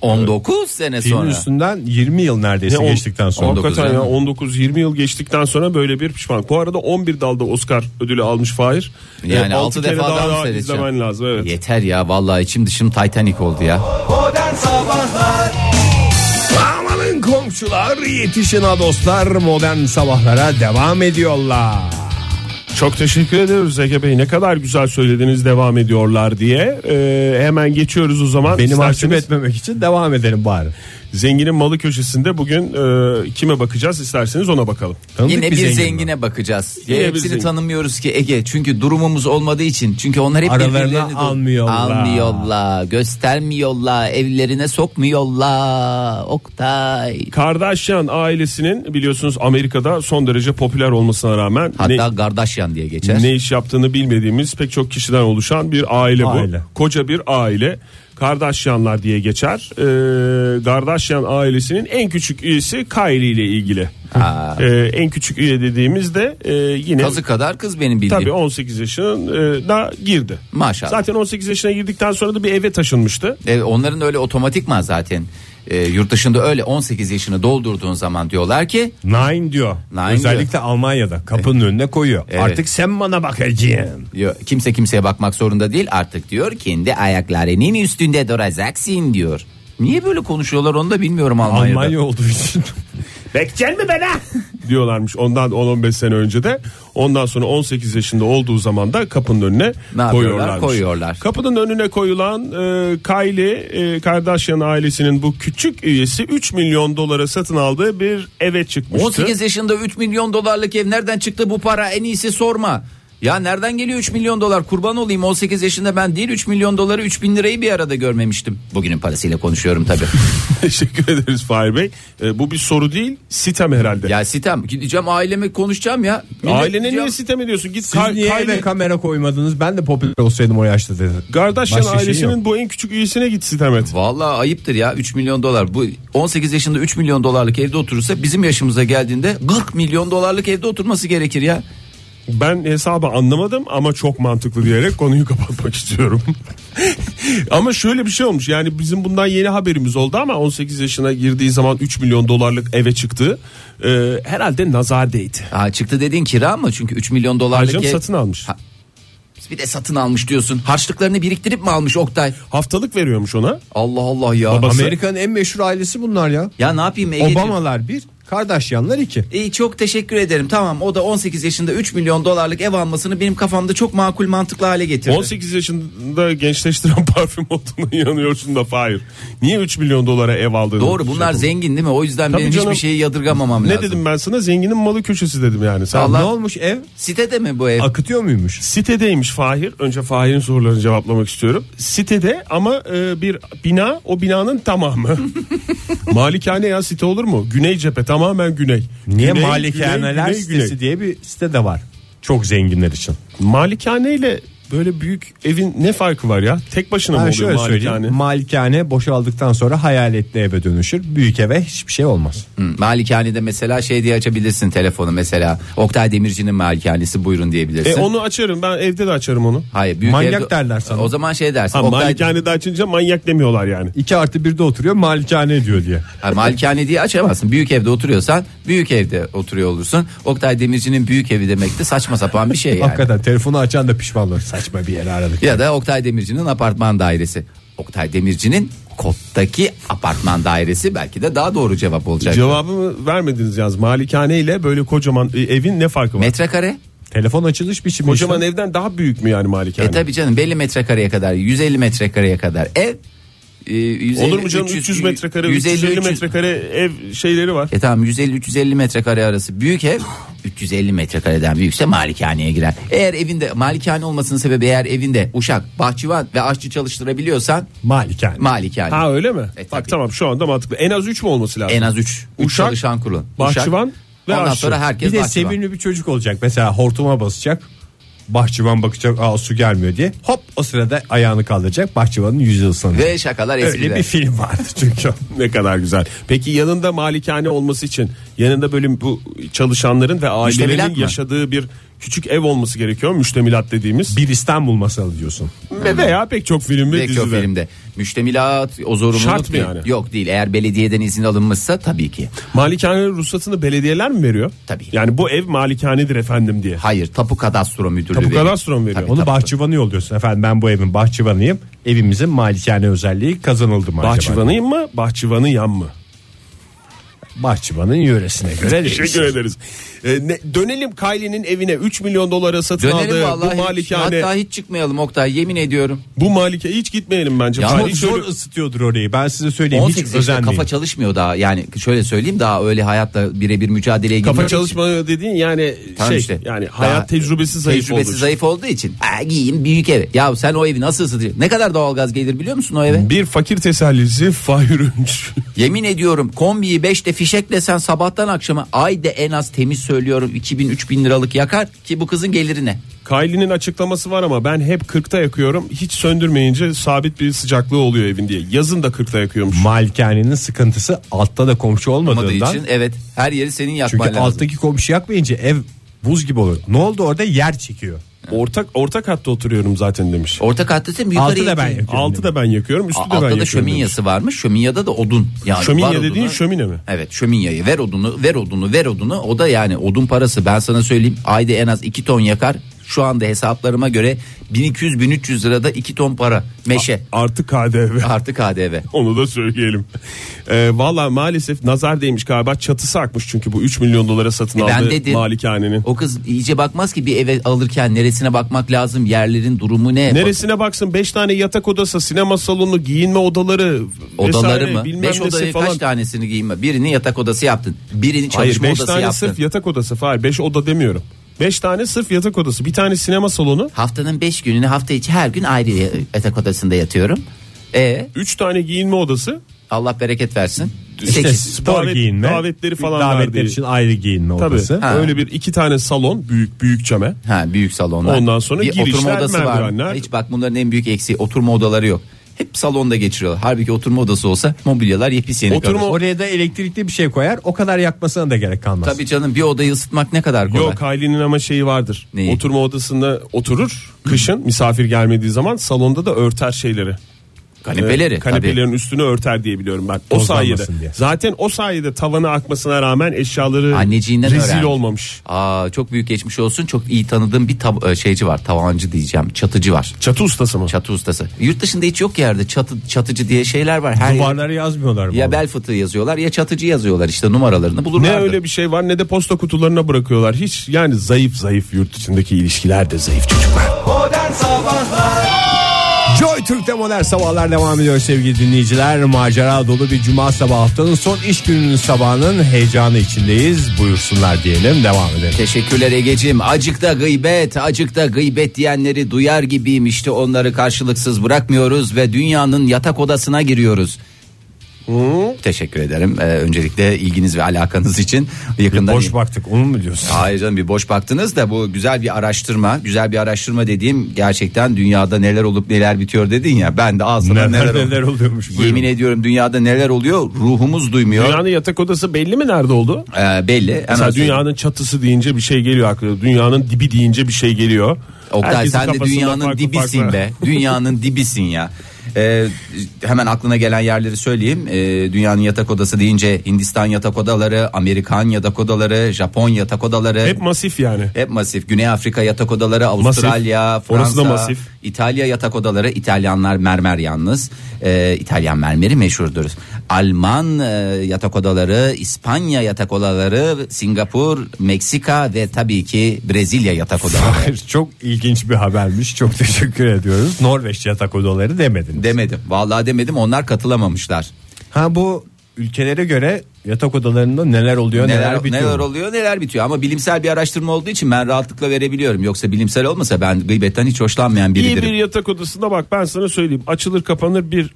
19 sene Filmin sonra. üstünden 20 yıl neredeyse Ne on- geçtikten sonra. 19 Hakikaten ya yani. 19-20 yıl geçtikten sonra böyle bir pişmanlık. Bu arada 11 dalda Oscar ödülü almış Fahir. E, Yani altı 6 kere defa daha, daha, daha izlemen lazım. Evet. Yeter ya vallahi içim dışım Titanic oldu ya. Modern Sabahlar Amanın komşular yetişin ha dostlar modern sabahlara devam ediyorlar. Çok teşekkür ediyoruz Ege Bey. Ne kadar güzel söylediniz devam ediyorlar diye. Ee, hemen geçiyoruz o zaman. Beni İsterseniz- mahcup etmemek için devam edelim bari. Zenginin malı köşesinde bugün e, kime bakacağız isterseniz ona bakalım. Tanıdık Yine bir, zengin var. zengine bakacağız. Yine ya bir hepsini zengin. tanımıyoruz ki Ege. Çünkü durumumuz olmadığı için. Çünkü onlar hep Aralarına birbirlerini do- almıyorlar. Almıyorlar, göstermiyorlar, evlerine sokmuyorlar. Ee, Oktay. Kardashian ailesinin biliyorsunuz Amerika'da son derece popüler olmasına rağmen Hatta Kardashian diye geçer. ne, ne iş yaptığını bilmediğimiz pek çok kişiden oluşan bir aile bu. Aile. Koca bir aile. Kardashianlar diye geçer. Ee, Kardashian ailesinin en küçük üyesi Kylie ile ilgili. Aa. Ee, en küçük üye dediğimizde e, yine Kazı kadar kız benim bildiğim. Tabii 18 yaşına girdi. Maşallah. Zaten 18 yaşına girdikten sonra da bir eve taşınmıştı. E, onların öyle otomatikman zaten. E, yurt dışında öyle 18 yaşını doldurduğun zaman diyorlar ki Nine diyor. Nine Özellikle Almanya'da kapının önüne koyuyor. Evet. Artık sen bana bakacaksın. diyor, kimse kimseye bakmak zorunda değil artık diyor kendi ayaklarının üstünde duracaksın diyor. Niye böyle konuşuyorlar onu da bilmiyorum Almanya'da. Almanya olduğu için. Bekçen mi bana? [LAUGHS] Diyorlarmış ondan 10-15 sene önce de. Ondan sonra 18 yaşında olduğu zaman da kapının önüne yapıyorlar? koyuyorlar. Koyuyorlar. Kapının önüne koyulan e, Kylie e, Kardashian ailesinin bu küçük üyesi 3 milyon dolara satın aldığı bir eve çıkmıştı. 18 yaşında 3 milyon dolarlık ev nereden çıktı bu para en iyisi sorma. Ya nereden geliyor 3 milyon dolar kurban olayım 18 yaşında ben değil 3 milyon doları 3 bin lirayı bir arada görmemiştim. Bugünün parasıyla konuşuyorum tabii. [LAUGHS] Teşekkür ederiz Fahir Bey. E, bu bir soru değil sitem herhalde. ya sitem gideceğim aileme konuşacağım ya. Millet Ailene diyeceğim, niye sitem ediyorsun? Git Siz Ka- niye Kylie- eve kamera koymadınız? Ben de popüler olsaydım o yaşta dedi. Kardashian Başka şey ailesinin yok. bu en küçük üyesine git sitem et. Vallahi ayıptır ya 3 milyon dolar. Bu 18 yaşında 3 milyon dolarlık evde oturursa bizim yaşımıza geldiğinde 40 milyon dolarlık evde oturması gerekir ya. Ben hesabı anlamadım ama çok mantıklı diyerek konuyu [LAUGHS] kapatmak istiyorum. ama şöyle bir şey olmuş yani bizim bundan yeni haberimiz oldu ama 18 yaşına girdiği zaman 3 milyon dolarlık eve çıktı. Ee, herhalde nazar değdi. Ha çıktı dediğin kira mı? Çünkü 3 milyon dolarlık Harcım ev satın almış. Ha, Bir de satın almış diyorsun. Harçlıklarını biriktirip mi almış Oktay? Haftalık veriyormuş ona. Allah Allah ya. Babası- Amerika'nın en meşhur ailesi bunlar ya. Ya ne yapayım Ege'ciğim? Obamalar bir, Kardashianlar iki. İyi çok teşekkür ederim. Tamam o da 18 yaşında 3 milyon dolarlık ev almasını benim kafamda çok makul mantıklı hale getirdi. 18 yaşında gençleştiren [LAUGHS] parfüm olduğuna inanıyorsun da hayır. Niye 3 milyon dolara ev aldığını Doğru bunlar düşünüyorum. zengin değil mi? O yüzden Tabii benim canım. hiçbir şeyi yadırgamamam Ne lazım. dedim ben sana zenginin malı köşesi dedim yani. Sen Allah- Ne olmuş ev? Sitede mi bu ev? Akıtıyor muymuş? Sitedeymiş Fahir. Önce Fahir'in sorularını cevaplamak istiyorum. Sitede ama e, bir bina o binanın [LAUGHS] tamamı. malikane ya site olur mu? Güney cephe tamamen güney. Niye Güney, malikaneler güney, güney, sitesi güney. diye bir site de var. Çok zenginler için. Malikane ile böyle büyük evin ne farkı var ya? Tek başına mı Ben oluyor şöyle malikane? söyleyeyim. Malikane boşaldıktan sonra hayaletli eve dönüşür. Büyük eve hiçbir şey olmaz. Hı, Malikanede mesela şey diye açabilirsin telefonu mesela. Oktay Demirci'nin malikanesi buyurun diyebilirsin. E onu açarım ben evde de açarım onu. Hayır büyük Manyak evde- derler sana. O zaman şey dersin. Ha, Oktay- malikanede açınca manyak demiyorlar yani. 2 artı 1'de oturuyor malikane diyor diye. Ha, malikane diye açamazsın. Büyük evde oturuyorsan büyük evde oturuyor olursun. Oktay Demirci'nin büyük evi demek de saçma sapan bir şey yani. Hakikaten telefonu açan da pişman olur. Saçma bir yere aradık. Ya da Oktay Demirci'nin apartman dairesi. Oktay Demirci'nin kottaki apartman dairesi belki de daha doğru cevap olacak. Cevabımı vermediniz yalnız. Malikane ile böyle kocaman e, evin ne farkı var? Metrekare? Telefon açılış biçimi kocaman işte. evden daha büyük mü yani malikane? E tabi canım belli metrekareye kadar 150 metrekareye kadar ev. e, 150, Olur mu canım 300 metrekare 350 metrekare ev şeyleri var. E tamam 150-350 metrekare arası büyük ev 350 metrekareden büyükse malikaneye girer. Eğer evinde malikane olmasının sebebi eğer evinde uşak, bahçıvan ve aşçı çalıştırabiliyorsan Malikane. malikane. Ha öyle mi? E, tabii. Bak tamam şu anda mantıklı. En az 3 mü olması lazım? en az 3 Uşak, çalışan kurulun. bahçıvan ve Ondan aşçı. sonra herkes bir de bahçıvan. sevimli bir çocuk olacak. Mesela hortuma basacak. Bahçıvan bakacak aa su gelmiyor diye. Hop o sırada ayağını kaldıracak. Bahçıvanın yüzü ıslanacak. Ve şakalar Öyle espriler. bir film vardı çünkü. ne kadar güzel. Peki yanında malikane olması için yanında böyle bu çalışanların ve ailelerin Müştemilat mı? yaşadığı bir küçük ev olması gerekiyor. Müştemilat dediğimiz. bir İstanbul masalı diyorsun. Ve veya pek çok film ve Pek çok dizide. filmde. Müştemilat o zorunluluk Şart mı değil. yani? Yok değil. Eğer belediyeden izin alınmışsa tabii ki. Malikane ruhsatını belediyeler mi veriyor? Tabii. Yani bu ev malikanedir efendim diye. Hayır, tapu kadastro müdürlüğü. Tapu veriyor. kadastro mu veriyor? Tabii, Onu tapu. bahçıvanı yolluyorsun. Efendim ben bu evin bahçıvanıyım. Evimizin malikane özelliği kazanıldı mı acaba? Bahçıvanıyım mı? Bahçıvanı yan mı? Bahçıvanın yöresine [LAUGHS] göre Teşekkür değişir. ederiz. Ee, ne- dönelim Kylie'nin evine 3 milyon dolara satın Dönelim aldığı vallahi. bu hiç- malikane. hatta hiç çıkmayalım Oktay yemin ediyorum. Bu malike hiç gitmeyelim bence. Ya Fahir Çok zor şöyle- ısıtıyordur orayı. Ben size söyleyeyim. Hiç 18 yaşında özenmeyin. kafa çalışmıyor daha. Yani şöyle söyleyeyim daha öyle hayatla birebir mücadeleye girmiyor. Kafa çalışma dediğin yani Tamam şey işte. yani Daha hayat tecrübesi zayıf tecrübesi olur. zayıf olduğu için. Ha, giyeyim büyük ev. Ya sen o evi nasıl ısıtacaksın? Ne kadar doğalgaz gelir biliyor musun o eve? Bir fakir tesellisi Fahir Öğünç. [LAUGHS] Yemin ediyorum kombiyi 5'te fişekle sen sabahtan akşama ayda en az temiz söylüyorum 2000-3000 liralık yakar ki bu kızın gelirine. Kylie'nin açıklaması var ama ben hep 40'ta yakıyorum. Hiç söndürmeyince sabit bir sıcaklığı oluyor evin diye. Yazın da 40'ta yakıyormuş. Malikanenin sıkıntısı altta da komşu Olmadığı olmadığından. için evet her yeri senin çünkü yakman lazım. alttaki komşu yakmayınca ev buz gibi olur. Ne oldu orada yer çekiyor. Ortak ortak hatta oturuyorum zaten demiş. Orta katta sen yukarı Altı da ben yakın. yakıyorum. Altı da ben yakıyorum, üstü de A- ben Altta yakıyorum. da şöminyesi varmış. Şöminyada da odun. Yani Şöminye var odunu. dediğin şömine mi? Evet şöminyeyi ver odunu ver odunu ver odunu. O da yani odun parası ben sana söyleyeyim. Ayda en az 2 ton yakar. Şu anda hesaplarıma göre 1200-1300 lirada 2 ton para. Meşe Artık KDV. artı KDV. Onu da söyleyelim. Ee, Valla maalesef nazar değmiş galiba çatısı akmış çünkü bu 3 milyon dolara satın E ben aldığı dedim. malikanenin. O kız iyice bakmaz ki bir e- eve alırken neresine bakmak lazım, yerlerin durumu ne? Neresine baksın 5 tane yatak odası, sinema salonu, giyinme odaları, Odaları vesaire, mı? bilmem Beş nesi odayı falan. kaç tanesini giyinme? Birini yatak odası yaptın. Birini Hayır çalışma 5 odası tane yaptın. sırf yatak odası Hayır 5 oda demiyorum. 5 tane sırf yatak odası, bir tane sinema salonu, Haftanın 5 gününü hafta içi her gün ayrı yatak odasında yatıyorum. E 3 tane giyinme odası. Allah bereket versin. İşte Sekiz. spor Davet- giyinme. davetleri falan Davetler verdiği. için ayrı giyinme Tabii. odası. Ha. Öyle bir iki tane salon büyük büyük çeme. Ha büyük salonlar. Ondan sonra bir girişler, oturma odası var. mı? merdivenler. Hiç bak bunların en büyük eksiği oturma odaları yok. Hep salonda geçiriyorlar. Halbuki oturma odası olsa mobilyalar yepyeni. Oturma- kalır. Oraya da elektrikli bir şey koyar. O kadar yakmasına da gerek kalmaz. Tabii canım bir odayı ısıtmak ne kadar kolay. Yok Hayli'nin ama şeyi vardır. Neyi? Oturma odasında oturur. Kışın misafir gelmediği zaman salonda da örter şeyleri. Kanepeleri, e, kanepelerin üstünü örter diye biliyorum ben. O Tozlanmasın sayede. diye. Zaten o sayede tavana akmasına rağmen eşyaları Anneciğinden rezil öğrenmiş. olmamış. Aa, çok büyük geçmiş olsun. Çok iyi tanıdığım bir tab- e, şeyci var. Tavancı diyeceğim. Çatıcı var. Çatı ustası mı? Çatı ustası. Yurt dışında hiç yok yerde çatı, çatıcı diye şeyler var. Her yer- Duvarlara yazmıyorlar mı? ya bel fıtığı yazıyorlar ya çatıcı yazıyorlar işte numaralarını Ne bulurlar. öyle bir şey var ne de posta kutularına bırakıyorlar. Hiç yani zayıf zayıf yurt içindeki ilişkiler de zayıf çocuklar. Modern Sabahlar Joy Türk'te modern sabahlar devam ediyor sevgili dinleyiciler. Macera dolu bir cuma sabahı haftanın son iş gününün sabahının heyecanı içindeyiz. Buyursunlar diyelim devam edelim. Teşekkürler Ege'cim. Acıkta gıybet, acıkta gıybet diyenleri duyar gibiyim işte onları karşılıksız bırakmıyoruz ve dünyanın yatak odasına giriyoruz. Teşekkür ederim. Ee, öncelikle ilginiz ve alakanız için yakından Boş baktık onu mu diyorsun? Hayır canım bir boş baktınız da bu güzel bir araştırma. Güzel bir araştırma dediğim gerçekten dünyada neler olup neler bitiyor dedin ya. Ben de al sana Neler, neler, neler oldu. oluyormuş, buyurun. Yemin ediyorum dünyada neler oluyor ruhumuz duymuyor. Dünyanın yatak odası belli mi nerede oldu? Ee, belli. E, Hemen Mesela söyleyeyim. dünyanın çatısı deyince bir şey geliyor aklına. Dünyanın dibi deyince bir şey geliyor. Oktay Herkesin sen de kafasında dünyanın farklı dibisin farklı. be. Dünyanın dibisin ya. Ee, hemen aklına gelen yerleri söyleyeyim. Ee, dünyanın yatak odası deyince Hindistan yatak odaları, Amerikan yatak odaları, Japon yatak odaları. Hep masif yani. Hep masif. Güney Afrika yatak odaları, Avustralya, Masif. Fransa, Orası da masif. İtalya yatak odaları. İtalyanlar mermer yalnız. Ee, İtalyan mermeri meşhurdur. Alman e, yatak odaları, İspanya yatak odaları, Singapur, Meksika ve tabii ki Brezilya yatak odaları. Hayır, Çok ilginç bir habermiş. Çok [LAUGHS] teşekkür ediyoruz. Norveç yatak odaları demediniz. demedim. Vallahi demedim. Onlar katılamamışlar. ha bu ülkelere göre yatak odalarında neler oluyor neler, Neler neler, bitiyor. oluyor, neler bitiyor ama bilimsel bir araştırma olduğu için ben rahatlıkla verebiliyorum. Yoksa bilimsel olmasa ben gıybetten hiç hoşlanmayan İyi biridirim. bir yatak odasında bak ben sana söyleyeyim. Açılır kapanır bir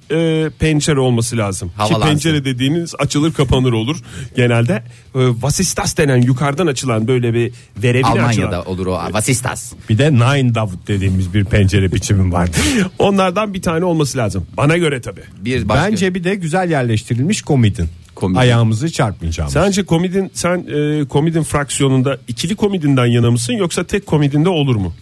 e, pencere olması lazım. Havalansın. Ki pencere dediğiniz açılır kapanır olur genelde. E, vasistas denen yukarıdan açılan böyle bir verebilir Almanya'da açılan. olur o Vasistas. E, Bir de Nine Davut dediğimiz bir pencere biçimi [LAUGHS] vardı. Onlardan bir tane olması lazım. Bana E, göre tabii. Bir başka. Bence bir de güzel yerleştirilmiş komidin. Komidin. Ayağımızı çarpmayacağımız. Sence komedin sen e, komedin fraksiyonunda ikili komedinden yana mısın yoksa tek komedinde olur mu?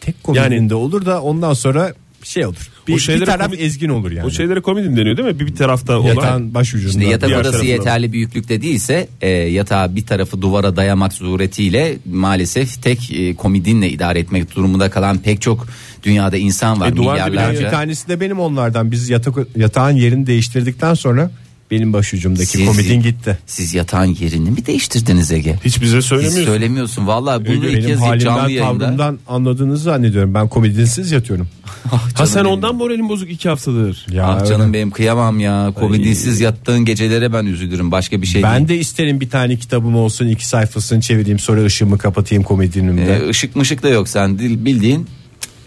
Tek komedinde Yani- olur da ondan sonra şey olur. Bir, bir şeylere taraf komik- ezgin olur yani. O şeylere komedin deniyor değil mi? Bir, bir tarafta olan. Yatağın baş ucunda. İşte yatak Diğer odası tarafına. yeterli büyüklükte değilse e, yatağı bir tarafı duvara dayamak suretiyle maalesef tek e, komidinle idare etmek durumunda kalan pek çok dünyada insan var. E, duvarda bir milyarlarca. bir tanesi de benim onlardan. Biz yatak yatağın yerini değiştirdikten sonra benim başucumdaki Siz- komidin gitti. Siz yatağın yerini mi değiştirdiniz Ege? Hiç bize Hiç söylemiyorsun. söylemiyorsun. Vallahi bunu Çünkü ilk benim kez ilk canlı halimden yayında. tavrımdan anladığınızı zannediyorum. Ben komedinsiz [LAUGHS] yatıyorum. ha sen ondan moralin bozuk iki haftadır. Ya ah öyle. canım benim kıyamam ya. Covid'siz yattığın gecelere ben üzülürüm. Başka bir şey Ben değil. de isterim bir tane kitabım olsun iki sayfasını çevireyim sonra ışığımı kapatayım komedinimde. Ee, ışık mışık da yok sen dil- bildiğin.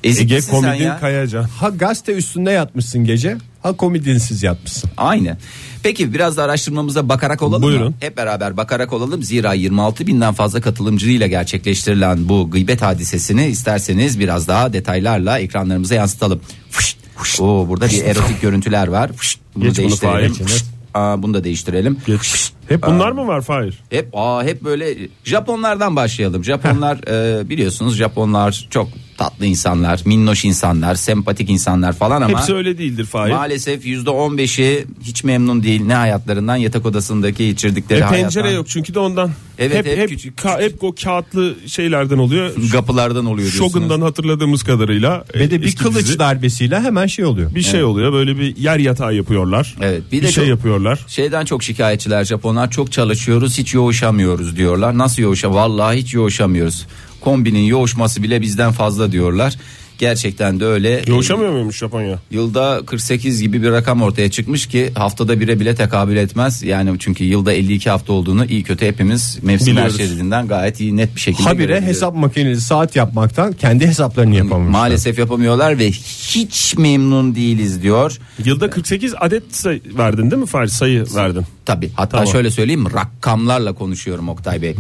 Ezik E? Ege misin sen komedin ya? kayacan. ha gazete üstünde yatmışsın gece ha komedinsiz yatmışsın. Aynı. Peki biraz da araştırmamıza bakarak olalım mı? Buyurun. Hep beraber bakarak olalım. Zira 26 binden fazla katılımcıyla gerçekleştirilen bu gıybet hadisesini isterseniz biraz daha detaylarla ekranlarımıza yansıtalım. Fışt, fışt. Oo, burada bir erotik görüntüler var. Fışt, bunu Geç bunu değiştirelim. Fahir. Fışt. Aa, bunu da değiştirelim. Fışt. Hep bunlar mı var Fahir? Hep aa hep böyle Japonlardan başlayalım. Japonlar e, biliyorsunuz Japonlar çok tatlı insanlar, minnoş insanlar, sempatik insanlar falan ama Hepsi öyle değildir Fahir. maalesef yüzde %15'i hiç memnun değil ne hayatlarından yatak odasındaki E içirdikleri pencere hayattan. yok çünkü de ondan. Evet, hep hep hep, küçük- ka- hep o kağıtlı şeylerden oluyor. Kapılardan oluyor diyorsunuz. Shogun'dan hatırladığımız kadarıyla. Ve de e, bir eski kılıç dizi, darbesiyle hemen şey oluyor. Bir şey oluyor böyle bir yer yatağı yapıyorlar. Evet, bir bir de şey çok- yapıyorlar. Şeyden çok şikayetçiler Japonlar çok çalışıyoruz hiç yoğuşamıyoruz diyorlar. Nasıl yoğuşa? Vallahi hiç yoğuşamıyoruz. Kombinin yoğuşması bile bizden fazla diyorlar. Gerçekten de öyle. Yoğuşamıyor muymuş Japonya? Yılda 48 gibi bir rakam ortaya çıkmış ki haftada bire bile tekabül etmez. Yani çünkü yılda 52 hafta olduğunu iyi kötü hepimiz mevsimler Biliyoruz. şeritinden gayet iyi net bir şekilde Habire görebiliyoruz. hesap makinesi saat yapmaktan kendi hesaplarını Hmm. yapamamışlar. Maalesef yapamıyorlar ve hiç memnun değiliz diyor. Yılda 48 adet say- verdin değil mi Fahir? Sayı verdin. Tabi hatta Tamam. şöyle söyleyeyim mi? rakamlarla konuşuyorum Oktay Bey.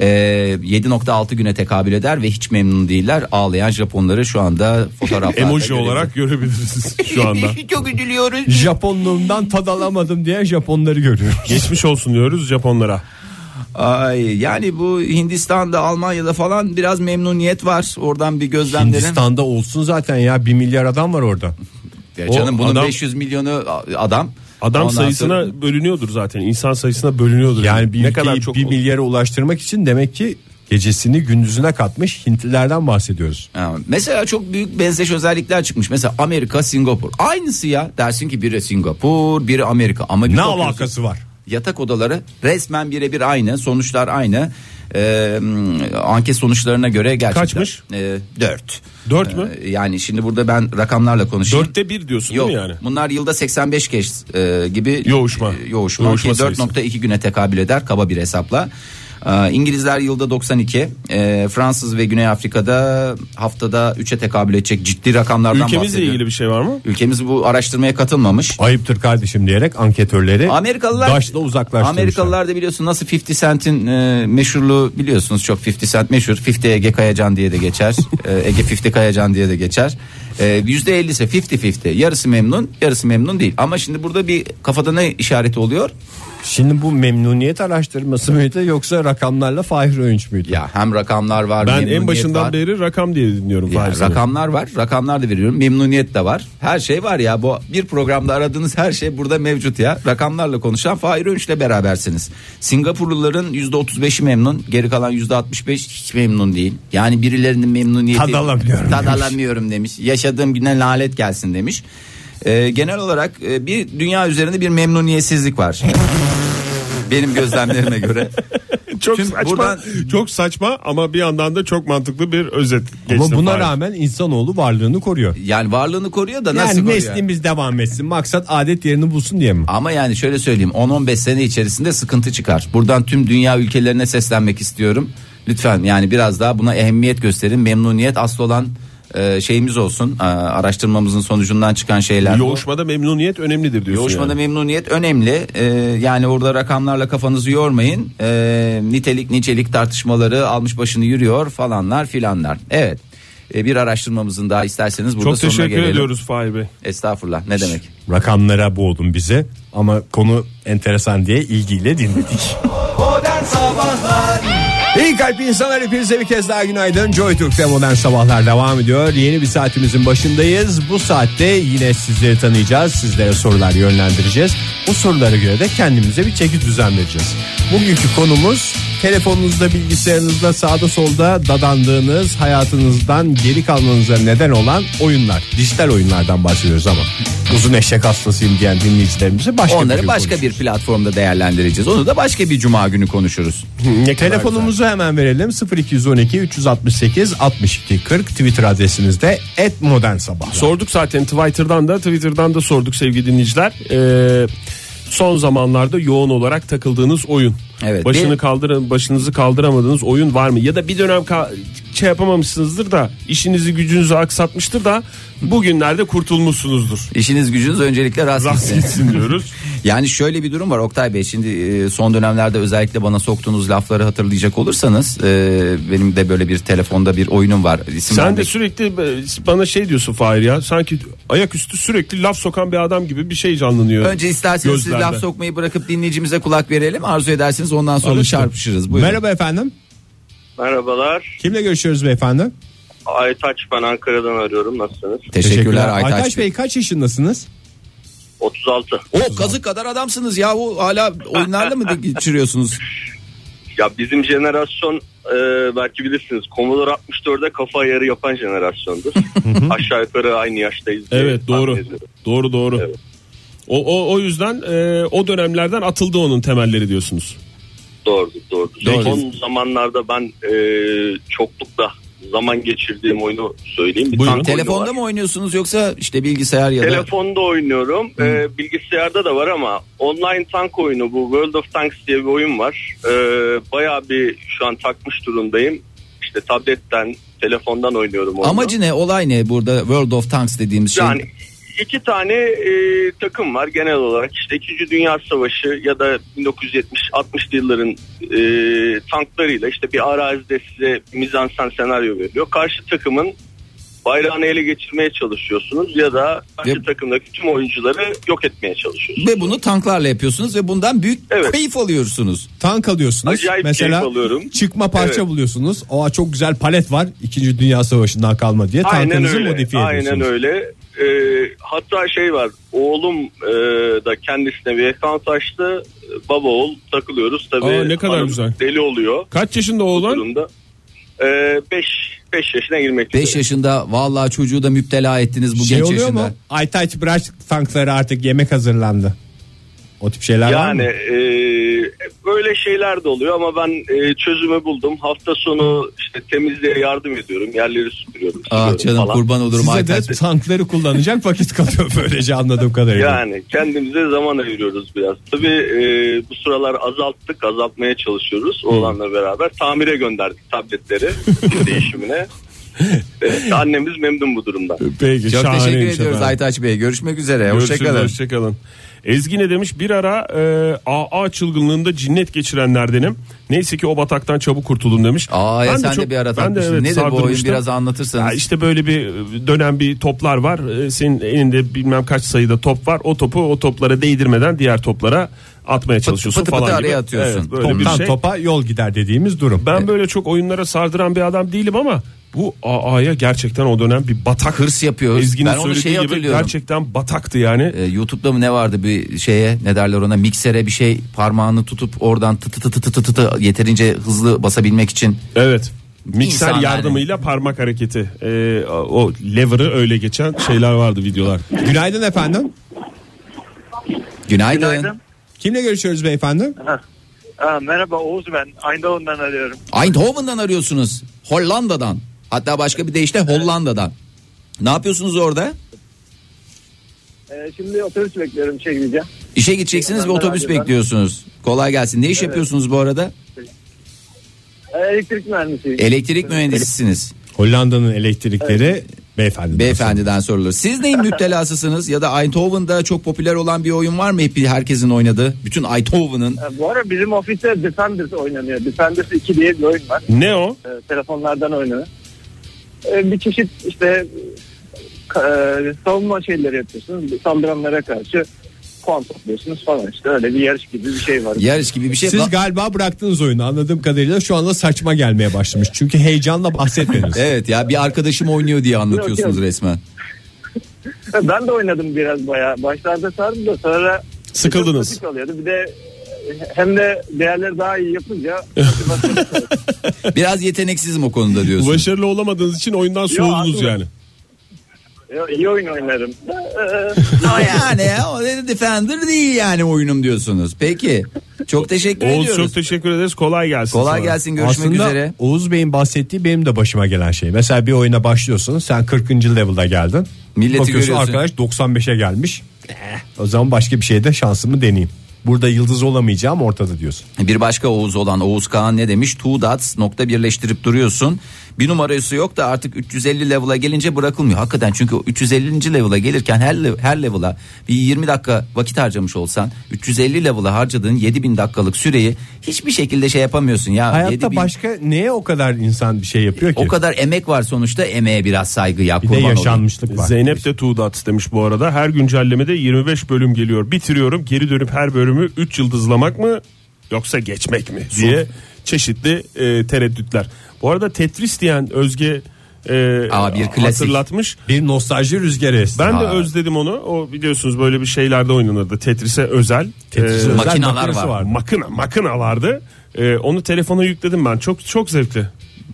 Ee, 7.6 güne tekabül eder ve hiç memnun değiller. Ağlayan Japonları şu anda [LAUGHS] fotoğraflarda Emoji görebiliriz. olarak görebiliriz [LAUGHS] şu anda. Çok üzülüyoruz. Japonluğumdan tad alamadım diye Japonları görüyorum. [LAUGHS] Geçmiş olsun diyoruz Japonlara. Ay yani bu Hindistan'da Almanya'da falan biraz memnuniyet var. Oradan bir gözlemlerim. Hindistan'da olsun zaten ya bir milyar adam var orada. Ya O canım bunun adam- 500 milyonu a- adam. Adam Ondan sayısına sonra- bölünüyordur zaten. İnsan sayısına bölünüyordur. Yani bir ne kadar çok bir milyara ulaştırmak için demek ki gecesini gündüzüne katmış Hintlilerden bahsediyoruz. Ha, mesela çok büyük benzeş özellikler çıkmış. Mesela Amerika, Singapur. Aynısı ya. Dersin ki biri Singapur, biri Amerika. Ama bir Ne bakıyorsun- alakası var? Yatak odaları resmen birebir aynı. Sonuçlar aynı. Ee, m, anket sonuçlarına göre gerçekten. Kaçmış? 4. Dört mü? yani şimdi burada ben rakamlarla konuşayım. Dörtte bir diyorsun Yok. değil mi yani? Bunlar yılda 85 kez e, gibi Yoğuşma. e, yoğuşma, Yoğuşma ki sayısı. 4.2 güne tekabül eder kaba bir hesapla. E, İngilizler yılda 92, e, Fransız ve Güney Afrika'da haftada 3'e tekabül edecek ciddi rakamlardan Ülkemizle bahsediyorum. ilgili bir şey var mı? [LAUGHS] Ülkemiz bu araştırmaya katılmamış. Ayıptır kardeşim diyerek anketörleri Amerikalılar daşla uzaklaştırmışlar. Amerikalılar da biliyorsun nasıl 50 Cent'in e, meşhurluğu biliyorsunuz çok 50 Cent meşhur. 50 Ege Kayacan diye de [LAUGHS] geçer. E, Ege 50 Kayacan diye de geçer. E, %50 ise 50-50. Yarısı memnun, yarısı memnun değil. Ama şimdi burada bir kafada ne işareti oluyor? Şimdi bu memnuniyet araştırması mıydı yoksa rakamlarla Fahir Öğünç müydü? Ya hem rakamlar var, Ben en memnuniyet başından var. beri rakam diye dinliyorum. Yani Fahir seni. rakamlar var. Rakamlar da veriyorum. Memnuniyet de var. Her şey var ya. Bu bir programda aradığınız her şey burada mevcut ya. Rakamlarla konuşan Fahir Önç'le berabersiniz. Singapurluların %35'i memnun. Geri kalan %65 hiç memnun değil. Yani birilerinin memnuniyeti... Tad alamıyorum Tad demiş. alamıyorum demiş. Yaşadığım güne lanet gelsin demiş. Ee, genel olarak e, bir dünya üzerinde bir memnuniyetsizlik var. Benim gözlemlerime göre. Çok Tüm saçma. buradan- Çok saçma ama bir yandan da çok mantıklı bir özet Ama geçtim buna Fahir. rağmen insanoğlu varlığını koruyor. Yani varlığını koruyor da nasıl Yani koruyor? neslimiz devam etsin. Maksat adet yerini bulsun diye mi? Ama yani şöyle söyleyeyim 10-15 sene içerisinde sıkıntı çıkar. Buradan tüm dünya ülkelerine seslenmek istiyorum. Lütfen yani biraz daha buna ehemmiyet gösterin. Memnuniyet asıl olan e, şeyimiz olsun. E, araştırmamızın sonucundan çıkan şeyler. bu. Yoğuşmada memnuniyet önemlidir diyorsun. Yoğuşmada yani. memnuniyet önemli. E, yani orada rakamlarla kafanızı yormayın. E, nitelik nicelik tartışmaları almış başını yürüyor falanlar filanlar. Evet. E, bir araştırmamızın daha isterseniz burada Çok sonuna teşekkür gelelim. ediyoruz Fahir Bey. Estağfurullah. Ne demek? Rakamlara boğdun bizi ama konu enteresan diye ilgiyle [LAUGHS] dinledik. Modern Sabahlar İyi kalp insanlar hepinize bir kez daha günaydın. Joy Türk'te modern sabahlar devam ediyor. Yeni bir saatimizin başındayız. Bu saatte yine sizleri tanıyacağız. Sizlere sorular yönlendireceğiz. Bu sorulara göre de kendimize bir çeki düzen vereceğiz. Bugünkü konumuz telefonunuzda bilgisayarınızda sağda solda dadandığınız hayatınızdan geri kalmanıza neden olan oyunlar. Dijital oyunlardan bahsediyoruz ama uzun eşek hastasıyım diyen dinleyicilerimize başka bir Onları gün başka bir platformda değerlendireceğiz. Onu da başka bir cuma günü konuşuruz. Telefonumuzu hemen verelim 0212 368 62 40 Twitter adresimizde et modern sabah. Sorduk zaten Twitter'dan da Twitter'dan da sorduk sevgili dinleyiciler. Ee, son zamanlarda yoğun olarak takıldığınız oyun. Evet, Başını bir- kaldıran başınızı kaldıramadığınız oyun var mı? Ya da bir dönem ka- şey yapamamışsınızdır da işinizi gücünüzü aksatmıştır da bugünlerde kurtulmuşsunuzdur. İşiniz gücünüz öncelikle rast Rast gitsin. gitsin diyoruz. [LAUGHS] Yani şöyle bir durum var Oktay Bey. Şimdi e, son dönemlerde özellikle bana soktuğunuz lafları hatırlayacak olursanız e, benim de böyle bir telefonda bir oyunum var. İsim Sen de vermek- sürekli e, bana şey diyorsun Fahir ya sanki ayaküstü sürekli laf sokan bir adam gibi bir şey canlanıyor. Önce isterseniz siz gözlerde. laf sokmayı bırakıp dinleyicimize kulak verelim. Arzu ederseniz ondan sonra çarpışırız. Buyurun. Merhaba efendim. Merhabalar. Kimle görüşüyoruz beyefendi? Aytaç ben Ankara'dan arıyorum. Nasılsınız? Teşekkürler Aytaç, Bey. Bey kaç yaşındasınız? 36. O kazık kadar adamsınız yahu hala oyunlarla mı geçiriyorsunuz? Ya bizim jenerasyon e, belki bilirsiniz Commodore 64'e kafa ayarı yapan jenerasyondur. [LAUGHS] Aşağı yukarı aynı yaştayız. diye Evet doğru. tahmin ediyorum. Doğru doğru. Evet. O, o, o yüzden e, o dönemlerden atıldı onun temelleri diyorsunuz. Doğrudur doğrudur. Doğru. Son zamanlarda ben e, çoklukla zaman geçirdiğim oyunu söyleyeyim. Bir Buyurun. tane oyunu var. Telefonda mı oynuyorsunuz yoksa işte bilgisayar ya da Telefonda oynuyorum. Ee, bilgisayarda da var ama online tank oyunu bu World of Tanks diye bir oyun var. Ee, bayağı bir şu an takmış durumdayım. İşte tabletten, telefondan oynuyorum onu. Amacı ne? Olay ne burada World of Tanks dediğimiz şey? yani iki tane e, takım var genel olarak. İşte 2. Dünya Savaşı ya da 1970-60'lı yılların e, tanklarıyla işte bir arazide size mizansen senaryo veriyor. Karşı takımın bayrağını ele geçirmeye çalışıyorsunuz ya da karşı Ve- takımdaki tüm oyuncuları yok etmeye çalışıyorsunuz. Ve bunu tanklarla yapıyorsunuz ve bundan büyük Evet. keyif alıyorsunuz. Tank alıyorsunuz. Acayip Mesela keyif alıyorum. çıkma parça Evet. buluyorsunuz. Aa çok güzel palet var. İkinci Dünya Savaşı'ndan kalma diye Aynen tankınızı öyle. modifiye Aynen ediyorsunuz. öyle. E, hatta şey var oğlum e, da kendisine bir account açtı. Baba oğul takılıyoruz tabii. Aa, ne kadar hanım güzel. Deli oluyor Kaç yaşında bu oğlan? durumda. 5 5 yaşına girmek 5 yaşında vallahi çocuğu da müptela ettiniz bu şey genç oluyor yaşında. mu? Aytaç Braş tankları artık yemek hazırlandı. O tip şeyler var Yani mı? e, böyle şeyler de oluyor ama ben e, çözümü buldum. Hafta sonu işte temizliğe yardım ediyorum. Yerleri süpürüyorum. Ah siliyorum canım falan. kurban olurum Size Aytaç. de tankları kullanacak vakit kalıyor [LAUGHS] böylece anladığım kadarıyla. Yani kendimize zaman ayırıyoruz biraz. Tabii e, bu sıralar azalttık, azaltmaya çalışıyoruz oğlanla beraber. Tamire gönderdik tabletleri [LAUGHS] değişimine. Evet, annemiz memnun bu durumdan. Peki, Çok teşekkür şahaneymiş ediyoruz efendim. Aytaç Bey. Görüşmek üzere. Görüşürüz, Hoşçakalın. hoşçakalın. Ezgi ne demiş? Bir ara e, AA çılgınlığında cinnet geçirenlerdenim. Neyse ki o bataktan çabuk kurtuldum demiş. Aa ya Ben de sen de çok- bir ara ben de takmışsın. evet, Nedir bu oyun sardırmıştım. biraz anlatırsanız. Ya işte böyle bir e, dönem bir toplar var. E, Senin elinde bilmem kaç sayıda top var. O topu o toplara değdirmeden diğer toplara atmaya çalışıyorsun pıtı falan pıtı gibi. araya atıyorsun. Evet, böyle bir Toptan şey. topa yol gider dediğimiz durum. E- Ben böyle çok oyunlara sardıran bir adam değilim ama bu AA'ya gerçekten o dönem bir batak Hırs yapıyor, hırs. Ezgi'nin Ben onu söylediği şeyi gibi hatırlıyorum. gerçekten bataktı yani. Ee, YouTube'da mı ne vardı bir şeye ne derler ona miksere bir şey parmağını tutup oradan tı tı tı tı tı tı tı yeterince hızlı basabilmek için Evet. Mikser İnsan yardımıyla parmak hareketi. Ee, o lever'ı öyle geçen şeyler vardı videolar. Günaydın efendim. günaydın. Günaydın. Kimle görüşüyoruz beyefendi? Aa, merhaba Oğuz ben. Eindhoven'dan arıyorum. Eindhoven'dan arıyorsunuz Hollanda'dan hatta başka bir deyişle Hollanda'dan. Ne yapıyorsunuz orada? Ee, şimdi otobüs bekliyorum çekmeyeceğim. İşe gideceksiniz ve Ben de otobüs radyodan. bekliyorsunuz. Kolay gelsin. Ne iş yapıyorsunuz bu arada? Ee, elektrik mühendisiyim. Elektrik mühendisisiniz. Hollanda'nın elektrikleri beyefendi. Beyefendiden sorulur. Siz neyin müptelasısınız ya da Eindhoven'da çok popüler olan bir oyun var mı? Hep herkesin oynadığı. Bütün Eindhoven'ın. Ee, bu ara bizim ofiste Defenders oynanıyor. Defenders 2 diye bir oyun var. Ne o? Ee, telefonlardan oynanıyor. Ee, bir çeşit işte ka- e, savunma şeyleri yapıyorsunuz. Saldıranlara karşı puan topluyorsunuz falan işte. Öyle bir yarış gibi bir şey var. Yarış gibi bir şey. Siz galiba bıraktığınız oyunu anladığım kadarıyla şu anda saçma gelmeye başlamış. Çünkü heyecanla bahsetmediniz. [LAUGHS] Evet ya bir arkadaşım oynuyor diye anlatıyorsunuz Yok, yok. resmen. Ben de oynadım biraz bayağı. Başlarda sardım da sonra Sıkıldınız. Çok sıkı oluyordu. Bir de e, hem de değerleri daha iyi yapınca Eh. motivasyon Biraz yeteneksizim o konuda diyorsunuz. Başarılı olamadığınız için oyundan soğudunuz aslında- yani. Yo, e, iyi oyun oynarım. Oh, Ama yani ya, o Defender değil yani oyunum diyorsunuz. Peki. Çok teşekkür Oğuz ediyoruz. çok teşekkür ederiz. Kolay gelsin. Kolay sana. gelsin görüşmek Aslında üzere. Oğuz Bey'in bahsettiği benim de başıma gelen şey. Mesela bir oyuna başlıyorsun. Sen 40. level'da geldin. Milleti Bakıyorsun görüyorsun. arkadaş 95'e gelmiş. Eh, o zaman başka bir şeyde şansımı deneyeyim. Burada yıldız olamayacağım ortada diyorsun. Bir başka Oğuz olan Oğuz Kağan ne demiş? Two dots nokta birleştirip duruyorsun. Bir numarası yok da artık 350 level'a gelince bırakılmıyor. Hakikaten çünkü o 350. level'a gelirken her le- her level'a bir 20 dakika vakit harcamış olsan 350 level'a harcadığın 7000 dakikalık süreyi hiçbir şekilde şey yapamıyorsun ya. Hayatta 7000 başka neye o kadar insan bir şey yapıyor ki? o kadar emek var sonuçta emeğe biraz saygı ya bir de kurban olayım. yaşanmışlık var. Zeynep de Tuğdat demiş bu arada. Her güncellemede 25 bölüm geliyor. Bitiriyorum. Geri dönüp her bölümü 3 yıldızlamak mı yoksa geçmek mi diye çeşitli e, tereddütler. Bu arada Tetris diyen Özge e, Aa, bir klasik. hatırlatmış. Bir nostalji rüzgarı esti. Ben de Ha. özledim onu. O biliyorsunuz böyle bir şeylerde oynanırdı. Tetris'e özel. Tetris'e Ee, özel makinalar makinesi var. vardı. makina, makina vardı. Ee, onu telefona yükledim ben. Çok çok zevkli.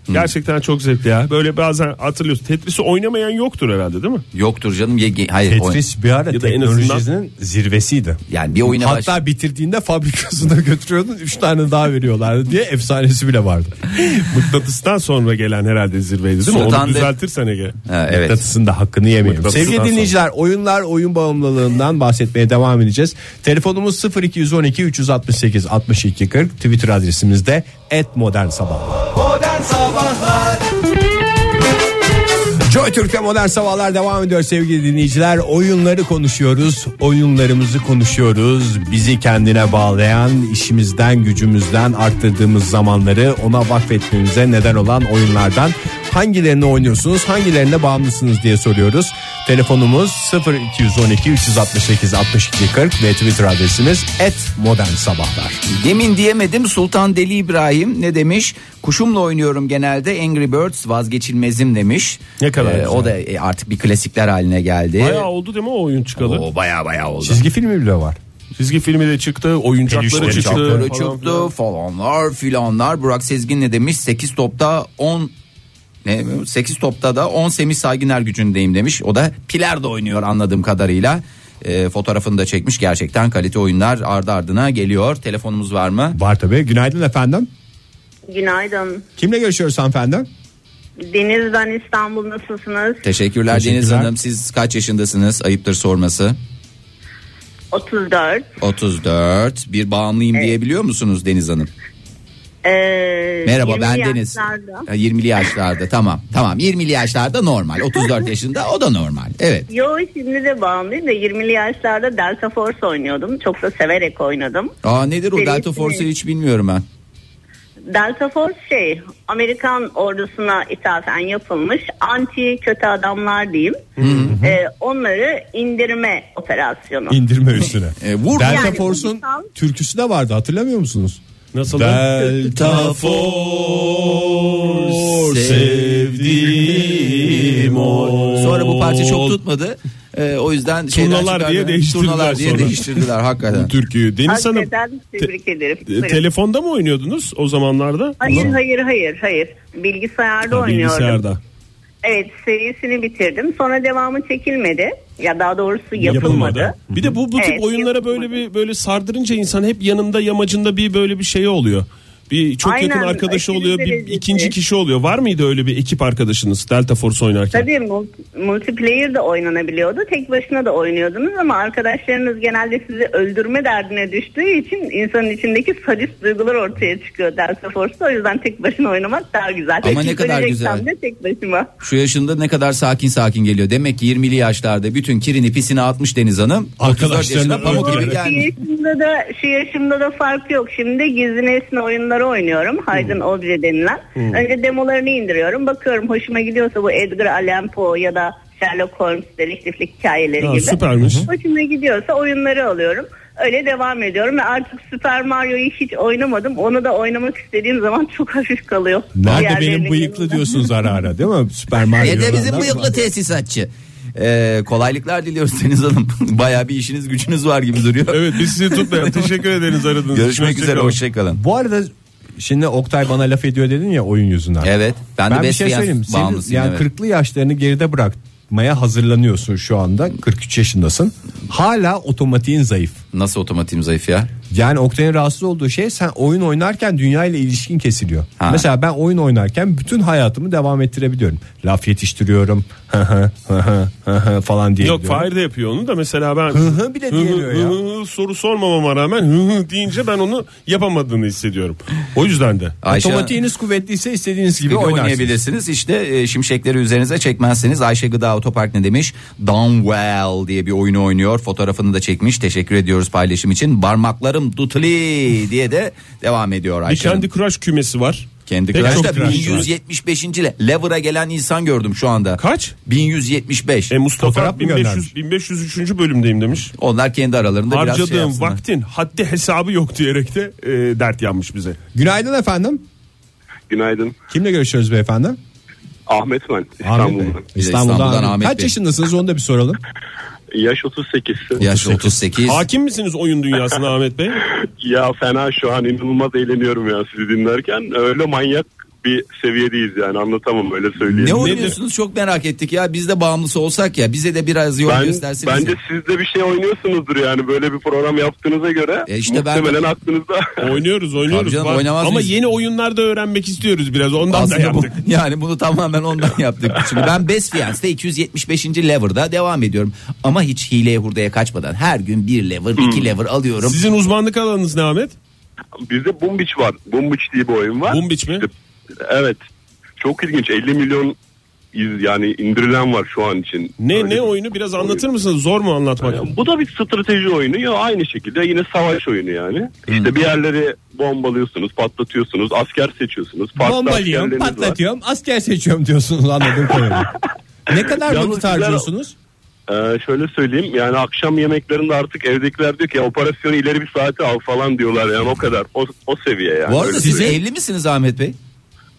Hmm. Gerçekten çok zevkli ya. Böyle bazen hatırlıyorsun. Tetris'i oynamayan yoktur herhalde değil mi? Yoktur canım. ye- Hayır, oyun- Tetris bir ara Ya da en teknolojisinin azından- zirvesiydi. Yani bir oyuna Hatta bitirdiğinde fabrikasına [LAUGHS] götürüyordun 3 tane daha veriyorlardı diye efsanesi bile vardı. [LAUGHS] Mıknatıstan sonra gelen herhalde zirveydi değil mi? Sultan Onu de- düzeltirsen Ege. Ha, evet. Mıknatısın da hakkını yemeyelim. Mıknatısından Sevgili dinleyiciler oyunlar oyun bağımlılığından bahsetmeye devam edeceğiz. Telefonumuz 0212 368 62 40 Twitter adresimiz de @modernsabahlar. Modern [LAUGHS] Sabahlar Joy Türk'te modern sabahlar devam ediyor sevgili dinleyiciler. Oyunları konuşuyoruz, oyunlarımızı konuşuyoruz. Bizi kendine bağlayan, işimizden, gücümüzden arttırdığımız zamanları ona vakfetmemize neden olan oyunlardan Hangilerini oynuyorsunuz? Hangilerine bağımlısınız diye soruyoruz. Telefonumuz 0212 368 62 40 ve Twitter adresimiz @modernsabahlar. Demin diyemedim Sultan Deli İbrahim ne demiş? Kuşumla oynuyorum genelde Angry Birds vazgeçilmezim demiş. Ne kadar güzel. O da e, artık bir klasikler haline geldi. Bayağı oldu değil mi o oyun çıkalı? o baya baya oldu. Çizgi filmi bile var. Çizgi filmi de çıktı, oyuncakları Peluşları çıktı. çıktı, Çokları falan çıktı filan. falanlar filanlar. Burak Sezgin ne demiş? 8 topta 10 ne 8 topta da 10 Semih Saygıner gücündeyim demiş. O da Piler de oynuyor anladığım kadarıyla. E, fotoğrafını da çekmiş. Gerçekten kalite oyunlar ardı ardına geliyor. Telefonumuz var mı? Var tabii. Günaydın efendim. Günaydın. Kimle görüşüyoruz hanımefendi? Deniz ben İstanbul nasılsınız? Teşekkürler, Deniz Teşekkürler. Hanım. Siz kaç yaşındasınız? Ayıptır sorması. 34. 34. Bir bağımlıyım diyebiliyor musunuz Deniz Hanım? Ee, Merhaba 20 ben Deniz. yaşlarda. Ha, 20'li yaşlarda tamam. Tamam 20'li yaşlarda normal. 34 yaşında o da normal. Evet. Yo şimdi de bağımlıyım da 20'li yaşlarda Delta Force oynuyordum. Çok da severek oynadım. Aa nedir o Serisini- Delta Force'ı hiç bilmiyorum ben. Delta Force şey Amerikan ordusuna ithafen yapılmış anti kötü adamlar diyeyim. Ee, onları indirme operasyonu. İndirme üstüne. E, vur. Delta Yani Force'un duygusal- türküsü de vardı hatırlamıyor musunuz? Nasıl? Delta Force sevdiğim Sonra bu parça çok tutmadı. E, o yüzden şeyden Turnalar çıkardı. diye değiştirdiler Turnalar diye sonra. değiştirdiler [LAUGHS] hakikaten. Türkiye. Deniz Hanım Hakikaten tebrik ederim. e, Buyurun. telefonda mı oynuyordunuz o zamanlarda? Hayır hayır hayır hayır. Bilgisayarda oynuyordum. Bilgisayarda. Evet serisini bitirdim. Sonra devamı çekilmedi. Ya daha doğrusu yapılmadı. Yapılmadı. Bir de bu bu tip Evet, oyunlara yapılmadı. böyle bir böyle sardırınca insan hep yanında yamacında bir böyle bir şey oluyor. Bir çok Aynen, yakın arkadaşı aşırı oluyor, bir derecesi. ikinci kişi oluyor. Var mıydı öyle bir ekip arkadaşınız Delta Force oynarken? Tabii mul- multiplayer de oynanabiliyordu. Tek başına da oynuyordunuz ama arkadaşlarınız genelde sizi öldürme derdine düştüğü için insanın içindeki sadist duygular ortaya çıkıyor Delta Force'da. O yüzden tek başına oynamak daha güzel. Ama ne kadar Öleceksem güzel. de tek başıma. Şu yaşında ne kadar sakin sakin geliyor. Demek ki 20'li yaşlarda bütün kirini pisini atmış Deniz Hanım. 34 yaşında Arkadaşlarını pamuk gibi öldürerek. Şu Şey gelmiş. yaşımda da şu yaşımda da fark yok. Şimdi gizli nesne oyunları oynuyorum. Haydn Obje denilen. Önce demolarını indiriyorum. Bakıyorum hoşuma gidiyorsa bu Edgar Allan Poe ya da Sherlock Holmes dedektiflik hikayeleri Ha, gibi. süpermiş. Hoşuma gidiyorsa oyunları alıyorum. Öyle devam ediyorum ve artık Super Mario'yu hiç oynamadım. Onu da oynamak istediğim zaman çok hafif kalıyor. Nerede Diğerlerinin benim bıyıklı yanında. diyorsunuz ara ara değil mi? Süper Mario. Ne de bizim bıyıklı tesisatçı. E, kolaylıklar diliyoruz Deniz Hanım. [LAUGHS] Bayağı bir işiniz gücünüz var gibi duruyor. Evet biz sizi [LAUGHS] tutmayalım. Teşekkür ederiz aradığınız için. Görüşmek üzere Hoşçakalın. hoşçakalın. Bu arada şimdi Oktay bana laf ediyor dedin ya oyun yüzünden. Evet ben, Ben de bir Best şey Friends söyleyeyim. Senin bağımlısıyım, yani evet. 40'lı yaşlarını geride bırakmaya hazırlanıyorsun şu anda. 43 yaşındasın. Hala otomatiğin zayıf. Nasıl otomatiğim zayıf ya? Yani Oktay'ın rahatsız olduğu şey sen oyun oynarken dünya ile ilişkin kesiliyor. Ha. Mesela ben oyun oynarken bütün hayatımı devam ettirebiliyorum. Laf yetiştiriyorum [LAUGHS] falan diye. Yok diyorum. Fahir de yapıyor onu da mesela ben hı bile diyemiyor ya. hı soru sormamama rağmen hı hı deyince ben onu yapamadığını hissediyorum. O yüzden de. Ayşe- Otomatiğiniz kuvvetliyse istediğiniz gibi gibi oynarsınız. oynayabilirsiniz. İşte e, şimşekleri üzerinize çekmezseniz Ayşe Gıda Otopark ne demiş? Downwell diye bir oyunu oynuyor. Fotoğrafını da çekmiş. Teşekkür ediyoruz paylaşım için. Barmaklarım dutli diye de devam ediyor Bir Ayşe. Hanım. kendi Crush kümesi var. kendi Pek çok Crush'ta Crush var. 1175. le- lever'a gelen insan gördüm şu anda. Kaç? 1175. E Mustafa Fotoğraf mı 1500, göndermiş? 1503. bölümdeyim demiş. Onlar kendi aralarında biraz şey Harcadığım aslında. vaktin haddi hesabı yok diyerek de e, dert yanmış bize. Günaydın efendim. Günaydın. Kimle görüşüyoruz beyefendi? Ahmet ben Ahmet Bey. İstanbul'dan. İstanbul'dan, İstanbul'dan Ahmet. Ahmet Kaç Bey. yaşındasınız onu da [LAUGHS] bir soralım. Yaş 38. Yaş 38. Hakim misiniz oyun dünyasına Ahmet Bey? [LAUGHS] Ya fena şu an inanılmaz eğleniyorum ya sizi dinlerken. Öyle manyak bir seviyedeyiz yani anlatamam öyle söyleyeyim. Ne oynuyorsunuz çok merak ettik ya. Biz de bağımlısı olsak ya. Bize de biraz yol Ben, gösterseniz. bence siz de bir şey oynuyorsunuzdur yani böyle bir program yaptığınıza göre. E işte ben- muhtemelen aklınızda. Oynuyoruz oynuyoruz. Tabii canım, Var. oynamaz Ama mıyız? yeni oyunlar da öğrenmek istiyoruz biraz ondan da Aslında bu- yaptık. yani bunu tamamen ondan yaptık. Çünkü ben Best Fiance'da 275. lever'da devam ediyorum. Ama hiç hileye hurdaya kaçmadan her gün bir lever, [LAUGHS] iki lever alıyorum. Hmm. Sizin uzmanlık alanınız ne Ahmet? Bizde Bumbiç var. Bumbiç diye bir oyun var. Bumbiç mi? Evet. Çok ilginç. 50 milyon iz yani indirilen var şu an için. Ne Öyle ne bir oyunu biraz anlatır mısınız? Zor mu anlatmak? Yani bu da bir strateji oyunu ya aynı şekilde yine savaş oyunu yani. İşte bir yerleri bombalıyorsunuz, patlatıyorsunuz, asker seçiyorsunuz. Farklı Bombalıyorum, askerleriniz var. patlatıyorum, asker seçiyorum diyorsunuz anladığım kadarıyla. ne kadar Yalnız vakit sizler- harcıyorsunuz? Ee, şöyle söyleyeyim yani akşam yemeklerinde artık evdekiler diyor ki operasyonu ileri bir saate al falan diyorlar yani o kadar o, o seviye yani. Bu arada Öyle siz bir- evli misiniz Ahmet Bey?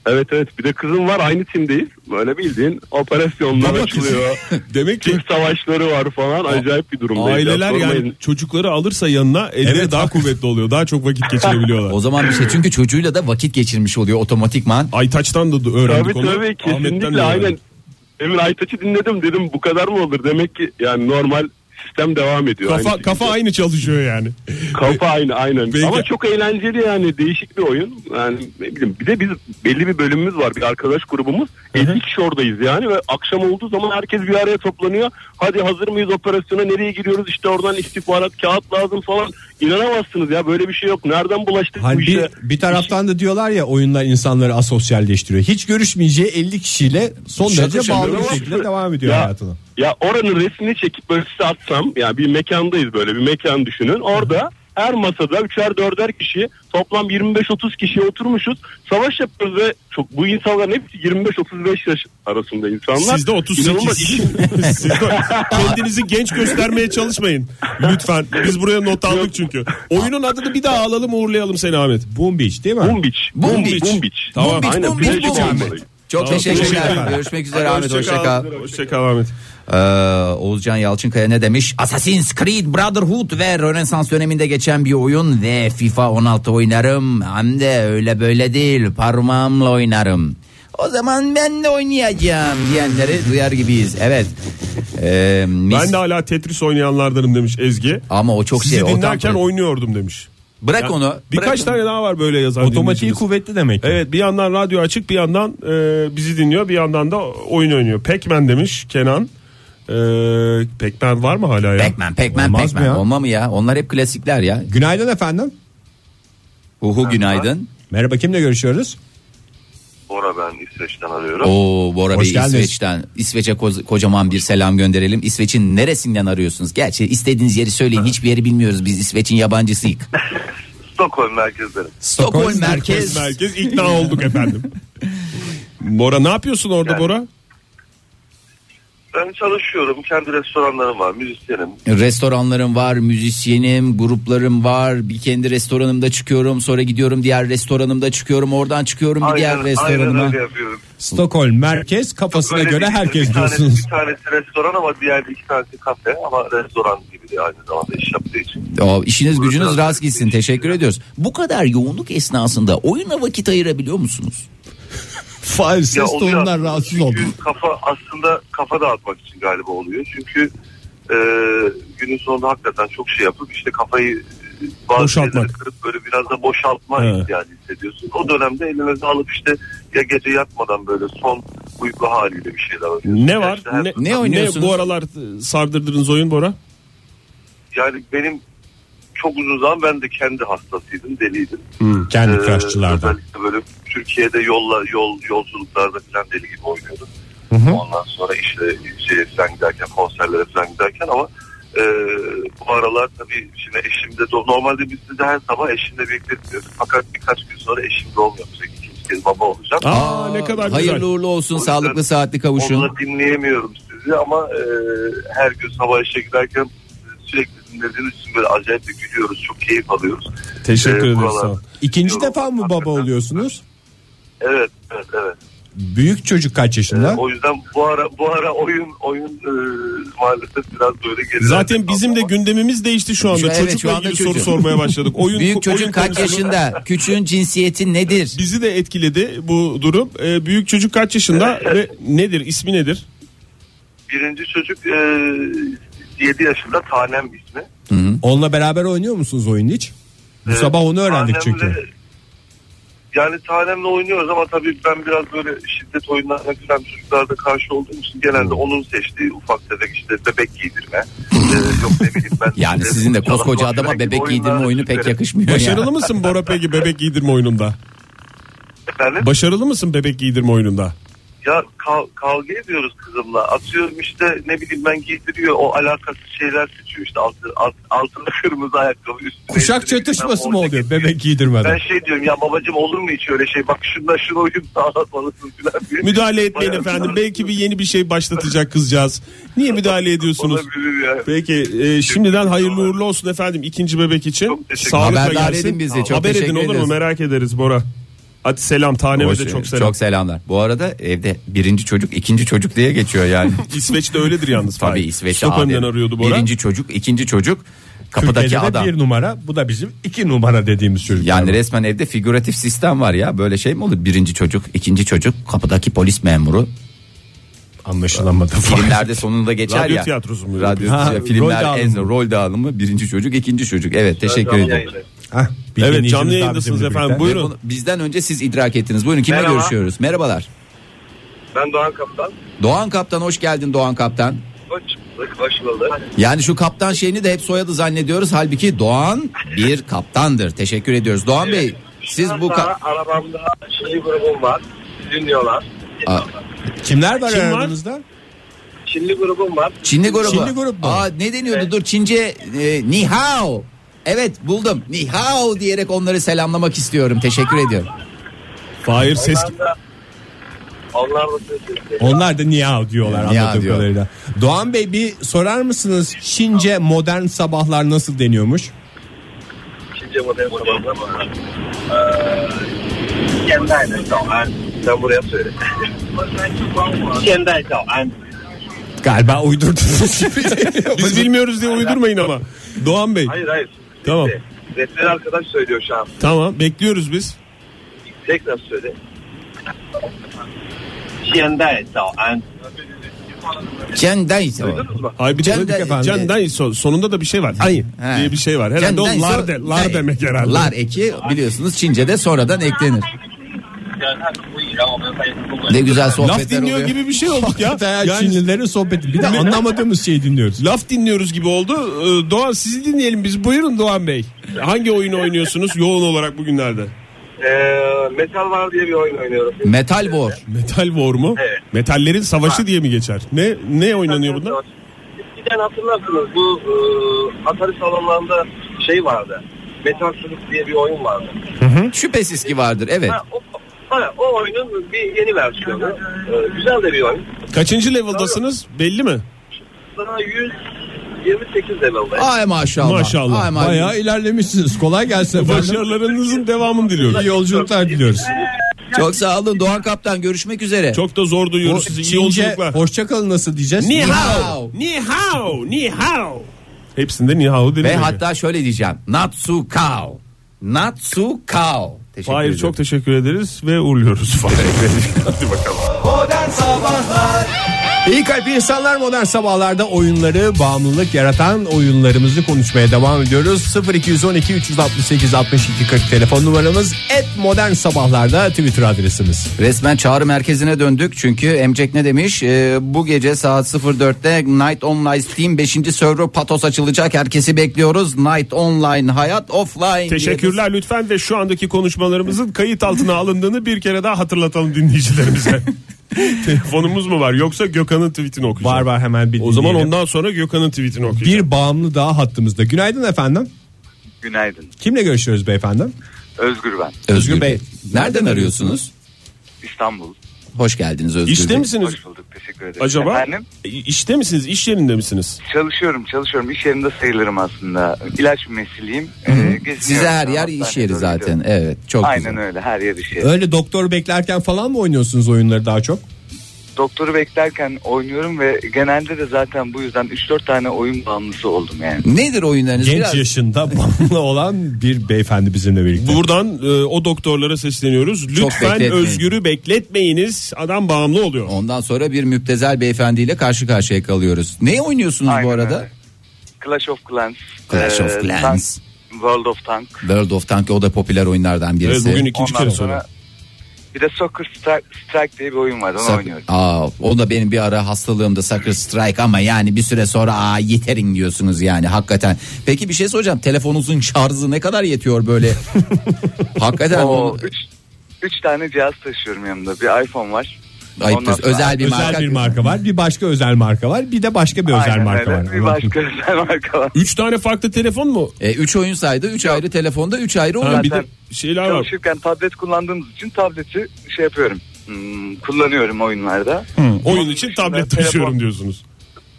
Evet evet bir de kızım var aynı timdeyiz böyle bildiğin operasyonlar açılıyor. Demek ki Tim savaşları var falan acayip bir durumdayız. aileler Ya, sormayın. yani çocukları alırsa yanına elleri daha kuvvetli oluyor. Daha çok vakit geçirebiliyorlar. [LAUGHS] O zaman bir şey çünkü çocuğuyla da vakit geçirmiş oluyor otomatikman. Aytaç'tan da öğrendik Tabii onu. tabii Ahmet'ten de kesinlikle öğrendik. aynen. Emin Aytaç'ı dinledim dedim bu kadar mı olur demek ki yani normal sistem devam ediyor. Kafa aynı kafa şekilde. aynı çalışıyor yani. Kafa aynı aynen. Peki. Ama çok eğlenceli yani değişik bir oyun. Yani ne bileyim bir de biz belli bir bölümümüz var bir arkadaş grubumuz. 50 kişi oradayız yani ve akşam olduğu zaman herkes bir araya toplanıyor. Hadi hazır mıyız operasyona nereye giriyoruz işte oradan istihbarat kağıt lazım falan. İnanamazsınız ya böyle bir şey yok. Nereden bulaştık [LAUGHS] Hani bu işe? bir, bir taraftan da diyorlar ya oyunlar insanları asosyalleştiriyor. Hiç görüşmeyeceği 50 kişiyle son Şakır derece şakır bağlı bir ama- şekilde devam ediyor Ya- hayatına. Ya oranın resmini çekip böyle size atsam ya bir mekandayız böyle bir mekan düşünün. Orada her masada üçer dörder kişi toplam 25-30 kişiye oturmuşuz. Savaş yapıyoruz ve çok bu insanların hepsi 25-35 yaş arasında insanlar. Sizde 38. İnanılmaz işin- Sizde kendinizi genç göstermeye çalışmayın. Lütfen. Biz buraya not aldık çünkü. Oyunun adını bir daha alalım uğurlayalım seni Ahmet. Boom Beach değil mi? Bumbiç. Bumbiç. Bumbiç. Tamam. Bumbiç, Aynen, bumbiç, Bilecik bumbiç. olmalıyız. Çok Tamam, teşekkür teşekkürler. ederim. Görüşmek üzere Ahmet. Hoşçakal. Hoşçakal Ahmet. Ee, Oğuzcan Yalçınkaya ne demiş? Assassin's Creed Brotherhood ve Rönesans döneminde geçen bir oyun ve FIFA 16 oynarım. Hem de öyle böyle değil parmağımla oynarım. O zaman ben de oynayacağım diyenleri duyar gibiyiz. Evet. Ee, mis- Ben de hala Tetris oynayanlardanım demiş Ezgi. Ama o çok Sizi şey. o tam- dinlerken oynuyordum demiş. Bırak Yani onu. Birkaç bırak- tane daha var böyle yazan Otomatiği dinleyicimiz. kuvvetli demek. ki. Evet bir yandan radyo açık bir yandan e, bizi dinliyor bir yandan da oyun oynuyor. Pac-Man demiş Kenan. E, Pac-Man var mı hala ya? Pac-Man, Pac-Man, Olmaz mı Pac-Man. ya? Olma mı ya? Onlar hep klasikler ya. Günaydın efendim. Uhu günaydın. Merhaba kimle görüşüyoruz? Bora ben İsveç'ten arıyorum. Oo Bora Hoş Bey geldiniz. İsveç'ten. İsveç'e ko- kocaman bir selam gönderelim. İsveç'in neresinden arıyorsunuz? Gerçi istediğiniz yeri söyleyin. Hiçbir yeri bilmiyoruz. Biz İsveç'in yabancısıyız. Stockholm merkezlerim. Stockholm merkez. Merkez ikna olduk [LAUGHS] efendim. Bora ne yapıyorsun orada Bora? Ben çalışıyorum. Kendi restoranlarım var. Müzisyenim. Restoranlarım var, müzisyenim, gruplarım var. Bir kendi restoranımda çıkıyorum, sonra gidiyorum diğer restoranımda çıkıyorum, oradan çıkıyorum bir diğer restoranıma. öyle yapıyorum. Stockholm merkez kafasına Böyle göre bir- herkes bir tanesi- diyorsunuz. Bir tanesi restoran ama diğer iki tanesi kafe ama restoran gibi de aynı zamanda iş yaptığı için. O, işiniz gücünüz rast gitsin. Teşekkür ediyoruz. Bu kadar yoğunluk esnasında oyuna vakit ayırabiliyor musunuz? Fahir ses oluyor tonundan aslında. rahatsız Çünkü oldum. Kafa aslında kafa dağıtmak için galiba oluyor. Çünkü e, günün sonunda hakikaten çok şey yapıp işte kafayı e, bazı Boşaltmak. şeyleri kırıp böyle biraz da boşaltma Evet. ihtiyacı hissediyorsun. O dönemde elinize alıp işte ya gece yatmadan böyle son uyku haliyle bir şeyler oynuyorsun. Ne Ya var? işte hem- Ne, Ne oynuyorsunuz? bu aralar e, sardırdığınız oyun Bora? Yani benim çok uzun zaman ben de kendi hastasıydım, deliydim. Hmm. Kendi Ee, crushçılardan. özellikle böyle Türkiye'de yolla yol yolculuklarda falan deli gibi oynuyordum. Ondan sonra işte şeye falan giderken konserlere falan giderken ama e, bu aralar tabii şimdi eşimde do- normalde biz de her sabah eşimle birlikte gidiyoruz. Fakat birkaç gün sonra eşimde olmayacak. İkinci kez baba olacağım. Aa, ne kadar hayırlı güzel. uğurlu olsun. O yüzden Sağlıklı saatli kavuşun. Onunla dinleyemiyorum sizi ama e, her gün sabah işe giderken sürekli dinlediğiniz için böyle acayip bir gülüyoruz. Çok keyif alıyoruz. Teşekkür Ee, ederiz buralar- sağ ol. İkinci Yok, defa mı baba hakikaten. oluyorsunuz? Evet, evet, evet. Büyük çocuk kaç yaşında? Ee, O yüzden bu ara bu ara oyun oyun e, maalesef biraz böyle geri. Zaten bizim de gündemimiz değişti şu anda. Evet, Çocukla şu anda ilgili çocuk. soru sormaya başladık. Oyun, Büyük oyun çocuk kaç konusunu- yaşında? Küçüğün cinsiyeti nedir? [LAUGHS] Bizi de etkiledi bu durum. E, büyük çocuk kaç yaşında ve nedir? ismi nedir? Birinci çocuk e, 7 yaşında Tanem ismi. Onunla beraber oynuyor musunuz oyun hiç? Bu E, sabah onu öğrendik Tanem'le- çünkü. Yani Tanem'le oynuyoruz ama tabii ben biraz böyle şiddet oyunlarına falan çocuklarda karşı olduğum için genelde onun seçtiği ufak tefek işte bebek giydirme. e, yok ne bileyim ben. Yani işte sizin de koskoca çalak- adama bebek oyunlar- giydirme oyunu pek yakışmıyor ya. Başarılı mısın Bora peki bebek giydirme oyununda? Efendim? Başarılı mısın bebek giydirme oyununda? ya kav- kavga ediyoruz kızımla. Atıyorum işte ne bileyim ben giydiriyor o alakasız şeyler seçiyor işte altı, alt, altına kırmızı ayakkabı üstüne. Kuşak üstüne- çatışması Ben mı orada- oluyor bebek giydirmeden? Ben şey diyorum ya babacım olur mu hiç öyle şey bak şundan şuna uyum sağlatmalısın falan diye. Müdahale etmeyin Bayağı- efendim. Belki bir yeni bir şey başlatacak kızcağız. Niye müdahale ediyorsunuz? Olabilir ya. Peki e, şimdiden hayırlı uğurlu olsun efendim ikinci bebek için. teşekkür Sağlıkla ederim. Haberdar gelsin. edin bizi. Çok Haber edin teşekkür olur mu ederiz. merak ederiz Bora. Hadi selam taneme de Hoş- çok selam. Çok selamlar. Bu arada evde birinci çocuk ikinci çocuk diye geçiyor yani. [LAUGHS] İsveç'te öyledir yalnız. Tabii Fahir. İsveç'te Stockholm'den adet. arıyordu Bora. Birinci çocuk ikinci çocuk kapıdaki Türkiye'de de adam. bir numara bu da bizim iki numara dediğimiz çocuk. Yani resmen evde figüratif sistem var ya böyle şey mi olur birinci çocuk ikinci çocuk kapıdaki polis memuru anlaşılamadı. [LAUGHS] filmlerde sonunda geçer Radyo ya. tiyatrosu mu? Radyo Ha, tiyatrosu, filmler rol dağılımı. en- rol dağılımı birinci çocuk ikinci çocuk evet teşekkür ederim. Hah, bir Evet, dinleyicimiz canlı daha yayındasınız bizimle efendim. birlikte. Buyurun. Ve bunu bizden önce siz idrak ettiniz buyurun kimle Merhaba. görüşüyoruz merhabalar. Ben Doğan Kaptan. Doğan Kaptan hoş geldin Doğan Kaptan. Hoş bulduk, hoş bulduk. Yani şu kaptan şeyini de hep soyadı zannediyoruz. Halbuki Doğan bir kaptandır. Teşekkür ediyoruz. Doğan Bey siz bu ka- Sonra arabamda şey grubum var. Dinliyorlar. Aa, Kimler var Kim var? aranızda? Çinli grubum var. Çinli grubu. Çinli grup mu? Aa, ne deniyordu? Dur Çince e, ni hao. Evet buldum. Ni hao diyerek onları selamlamak istiyorum. Teşekkür ediyorum. Fahir ses Ben de onlar da söz ediyor. Onlar da niye diyorlar Niao anladığım diyor. kadarıyla. Doğan Bey bir sorar mısınız? Çince modern sabahlar nasıl deniyormuş? Çince model sabahlar var. Ee, 现代的早安. Sen buraya söyle. 现代早安. Galiba uydurdunuz gibi. Biz bilmiyoruz diye uydurmayın ama. Doğan Bey Hayır hayır. Tamam. Rehber arkadaş söylüyor şu an. tamam bekliyoruz biz. Tekrar söyle. 现代早安. Cenden Ay bir Cenden- de efendim. Cenden so- sonunda da bir şey var. Ay He. diye bir şey var. Herhalde o Cenden ise- lar, de- lar demek herhalde. Lar eki biliyorsunuz Çince'de sonradan eklenir. Ne güzel sohbetler Laf dinliyor oluyor. gibi bir şey olduk ya. Yani Yani Çinlilerin sohbeti. Bir de anlamadığımız şeyi dinliyoruz. laf dinliyoruz gibi oldu. Ee, Doğan sizi dinleyelim biz. Buyurun Doğan Bey. Hangi oyunu oynuyorsunuz yoğun olarak bugünlerde? Ee, metal var diye bir oyun oynuyorum. Metal War. Metal War mu? Evet. Metallerin savaşı diye mi geçer? Ne ne oynanıyor bunda? Eskiden hatırlarsınız bu e, Atari salonlarında şey vardı. Metal Slug diye bir oyun vardı. Şüphesiz ki vardır evet. Ha, o, ha, o oyunun bir yeni versiyonu. E, güzel de bir oyun. Kaçıncı level'dasınız? Belli mi? Sana 128 level'dayım. Ay maşallah. Maşallah. Ay maşallah. Bayağı ilerlemişsiniz. Kolay gelsin efendim. Başarılarınızın devamını İyi diliyoruz. yolculuklar diliyoruz. Çok sağ olun Doğan Kaptan görüşmek üzere. Çok da zor duyuyoruz sizi. İyi Çince yolculuklar. hoşçakalın nasıl diyeceğiz? Ni hao. hao. Ni hao. Ni hao. Hepsinde ni hao Ve deniliyor. hatta şöyle diyeceğim. Natsu Kao. Natsu Kao. Teşekkür Hayır ederim. çok teşekkür ederiz ve uğurluyoruz. [LAUGHS] Hadi bakalım. Modern Sabahlar İyi kalp insanlar modern sabahlarda oyunları bağımlılık yaratan oyunlarımızı konuşmaya devam ediyoruz. 0212 368 62 40 telefon numaramız et modern sabahlarda Twitter adresimiz. Resmen çağrı merkezine döndük çünkü Emcek ne demiş? Ee, bu gece saat 04'te Night Online Steam 5. server Patos açılacak. Herkesi bekliyoruz. Night Online hayat offline. diyoruz. Teşekkürler lütfen ve şu andaki konuşmalarımızın kayıt altına alındığını bir kere daha hatırlatalım [LAUGHS] dinleyicilerimize. Telefonumuz mu var yoksa Gökhan'ın tweetini okuyacağım. Var var hemen bir O zaman dinleyelim. ondan sonra Gökhan'ın tweetini okuyacağım. bir bağımlı daha hattımızda. Günaydın efendim. Günaydın. Kimle görüşüyoruz beyefendi? Özgür ben. Özgür, Özgür Bey. Bey, Nereden arıyorsunuz? İstanbul. Hoş geldiniz Özgür İşte Bey. misiniz Hoş bulduk. Teşekkür ederim. acaba? Efendim? E, İşte misiniz? İş yerinde misiniz? Çalışıyorum çalışıyorum. İş yerinde sayılırım aslında. İlaç mesliyim. Ee, geziniyorum. Size her yer iş Hastaneye yeri doğru zaten. gidiyorum. Evet çok Aynen güzel. öyle her yer iş yeri. Öyle doktor beklerken falan mı oynuyorsunuz oyunları daha çok? Doktoru beklerken oynuyorum ve genelde de zaten bu yüzden 3-4 tane oyun bağımlısı oldum yani. Nedir oyunlarınız? Genç Biraz- yaşında bağımlı olan bir beyefendi bizimle birlikte. Buradan e, o doktorlara sesleniyoruz. Çok Lütfen bekletmeyin. Özgür'ü bekletmeyiniz. Adam bağımlı oluyor. Ondan sonra bir müptezel beyefendiyle karşı karşıya kalıyoruz. Ne oynuyorsunuz Aynen bu arada? öyle. Clash of Clans. e, Clash of Clans. Tank- World of Tank. World of Tank o da popüler oyunlardan Evet, birisi. bugün ikinci Ondan kere sonra sonra. bir de Soccer Strike, Strike diye bir oyun var onu Sak- oynuyorum. Aa, o da benim bir ara hastalığımda Sucker Strike ama yani bir süre sonra aa yeterin diyorsunuz yani hakikaten. Peki bir şey soracağım telefonunuzun şarjı ne kadar yetiyor [LAUGHS] böyle? hakikaten O onu- 3 tane cihaz taşıyorum yanımda. Bir iPhone var. Ayıptır. Ondan sonra- Özel bir özel marka. bir marka var. Bir başka özel marka var. Bir de başka bir özel Aynen marka öyle. var. Bir başka özel marka var. Üç tane farklı telefon mu? E, üç oyun saydı. Üç ayrı telefonda üç ayrı oyun. Ha, bir de Zaten şeyler var. Çalışırken tablet kullandığımız için tableti şey yapıyorum. Hmm, kullanıyorum oyunlarda. Oyun için Dışında tablet telefon- taşıyorum diyorsunuz.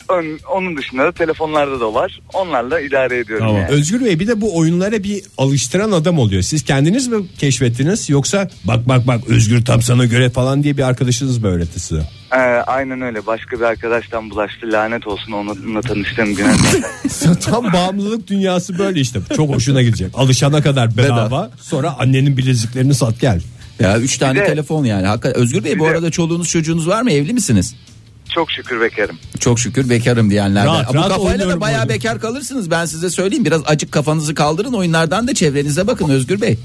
Ön- onun dışında da telefonlarda da var. Onlarla idare ediyorum Tamam. yani. Özgür Bey bir de bu oyunlara bir alıştıran adam oluyor. Siz kendiniz mi keşfettiniz yoksa bak bak bak Özgür tam sana göre falan diye bir arkadaşınız mı öğretti size? Ee, aynen öyle. Başka bir arkadaştan bulaştı. Lanet olsun onunla [LAUGHS] tanıştığım güne. [LAUGHS] tam bağımlılık dünyası böyle işte. Çok hoşuna gidecek. Alışana kadar bedava sonra annenin bileziklerini sat gel. Ya üç tane de- telefon yani. Hakikaten Özgür Bey bu de- arada çoluğunuz çocuğunuz var mı? Evli misiniz? Çok şükür bekarım. Çok şükür bekarım diyenler. Rahat, var. Bu rahat kafayla da oynuyorum bayağı oyunu. bekar kalırsınız. Ben size söyleyeyim. Biraz acık kafanızı kaldırın. Oyunlardan da çevrenize bakın Özgür Bey.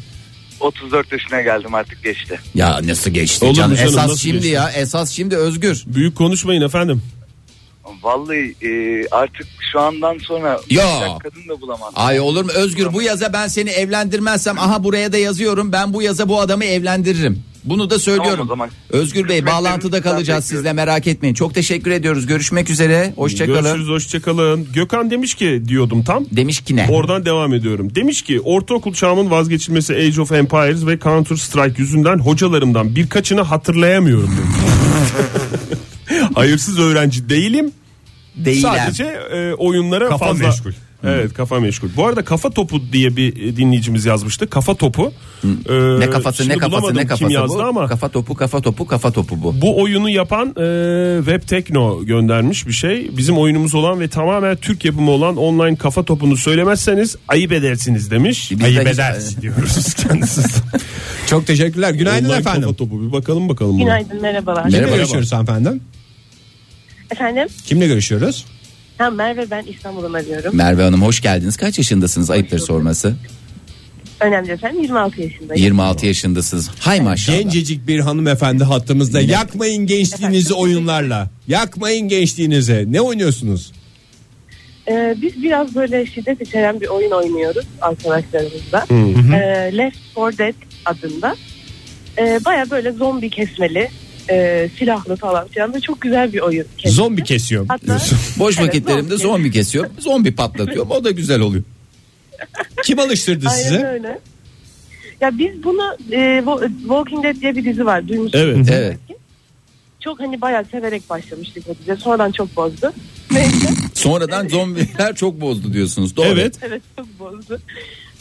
34 yaşına geldim artık geçti. Ya nasıl geçti? Olur mu canım? canım, esas nasıl şimdi geçti? ya. Esas şimdi Özgür. Büyük konuşmayın efendim. Vallahi e, artık şu andan sonra Ya. bakacak kadın da bulamam. Ay olur mu Özgür bu yaza ben seni evlendirmezsem aha buraya da yazıyorum ben bu yaza bu adamı evlendiririm. Bunu da söylüyorum. Tamam o zaman. Özgür Bey Kısmetlerimizden bağlantıda kalacağız bekliyorum. sizle merak etmeyin. Çok teşekkür ediyoruz. Görüşmek üzere. Görüşürüz Hoşçakalın. hoşçakalın. Gökhan demiş ki diyordum tam. Demiş ki ne? Oradan devam ediyorum. Demiş ki ortaokul çağımın vazgeçilmesi Age of Empires ve Counter Strike yüzünden hocalarımdan birkaçını hatırlayamıyorum [LAUGHS] demiş. Hayırsız öğrenci değilim. Değil. Sadece e, oyunlara Kafa fazla... meşgul. Hmm. Evet kafa meşgul. Bu arada kafa topu diye bir e, dinleyicimiz yazmıştı. Kafa topu. E, Hmm. Ne kafası şimdi ne kafası bulamadım ne kim kafası yazdı bu? ama Kafa topu kafa topu kafa topu bu. bu oyunu yapan e, Web Tekno göndermiş bir şey. Bizim oyunumuz olan ve tamamen Türk yapımı olan online kafa topunu söylemezseniz ayıp edersiniz demiş. Biz de ayıp hiç- edersin diyoruz kendisi. Çok teşekkürler. Günaydın Online efendim. kafa topu bir bakalım bakalım. buna. Günaydın merhabalar. Kimle Merhaba. görüşüyoruz efendim? Efendim Kimle görüşüyoruz? ben Merve ben İstanbul'dan arıyorum. Merve Hanım hoş geldiniz. Kaç yaşındasınız ayıptır sorması. Önemli efendim 26 yaşındayım. 26 yaşındasınız. Hay maşallah. Gencecik bir hanımefendi hattımızda. Yakmayın gençliğinizi oyunlarla. Yakmayın gençliğinizi. Ne oynuyorsunuz? Ee, biz biraz böyle şiddet içeren bir oyun oynuyoruz arkadaşlarımızla. Ee, Left 4 Dead adında. Ee, Baya böyle zombi kesmeli, e, silahlı falan filan da çok güzel bir oyun. Kesmeli. Zombi kesiyor. Hatta Boş Evet, vakitlerimde zombi. zombi kesiyorum. Zombi patlatıyorum. O da güzel oluyor. Kim alıştırdı aynen sizi? öyle. Ya biz bunu e, Wo- Walking Dead diye bir dizi var duymuşsunuz. Evet. Evet. Çok hani bayağı severek başlamıştık o diziye. Sonradan çok bozdu. Sonradan zombiler çok bozdu diyorsunuz. Doğru. Evet. Evet çok bozdu.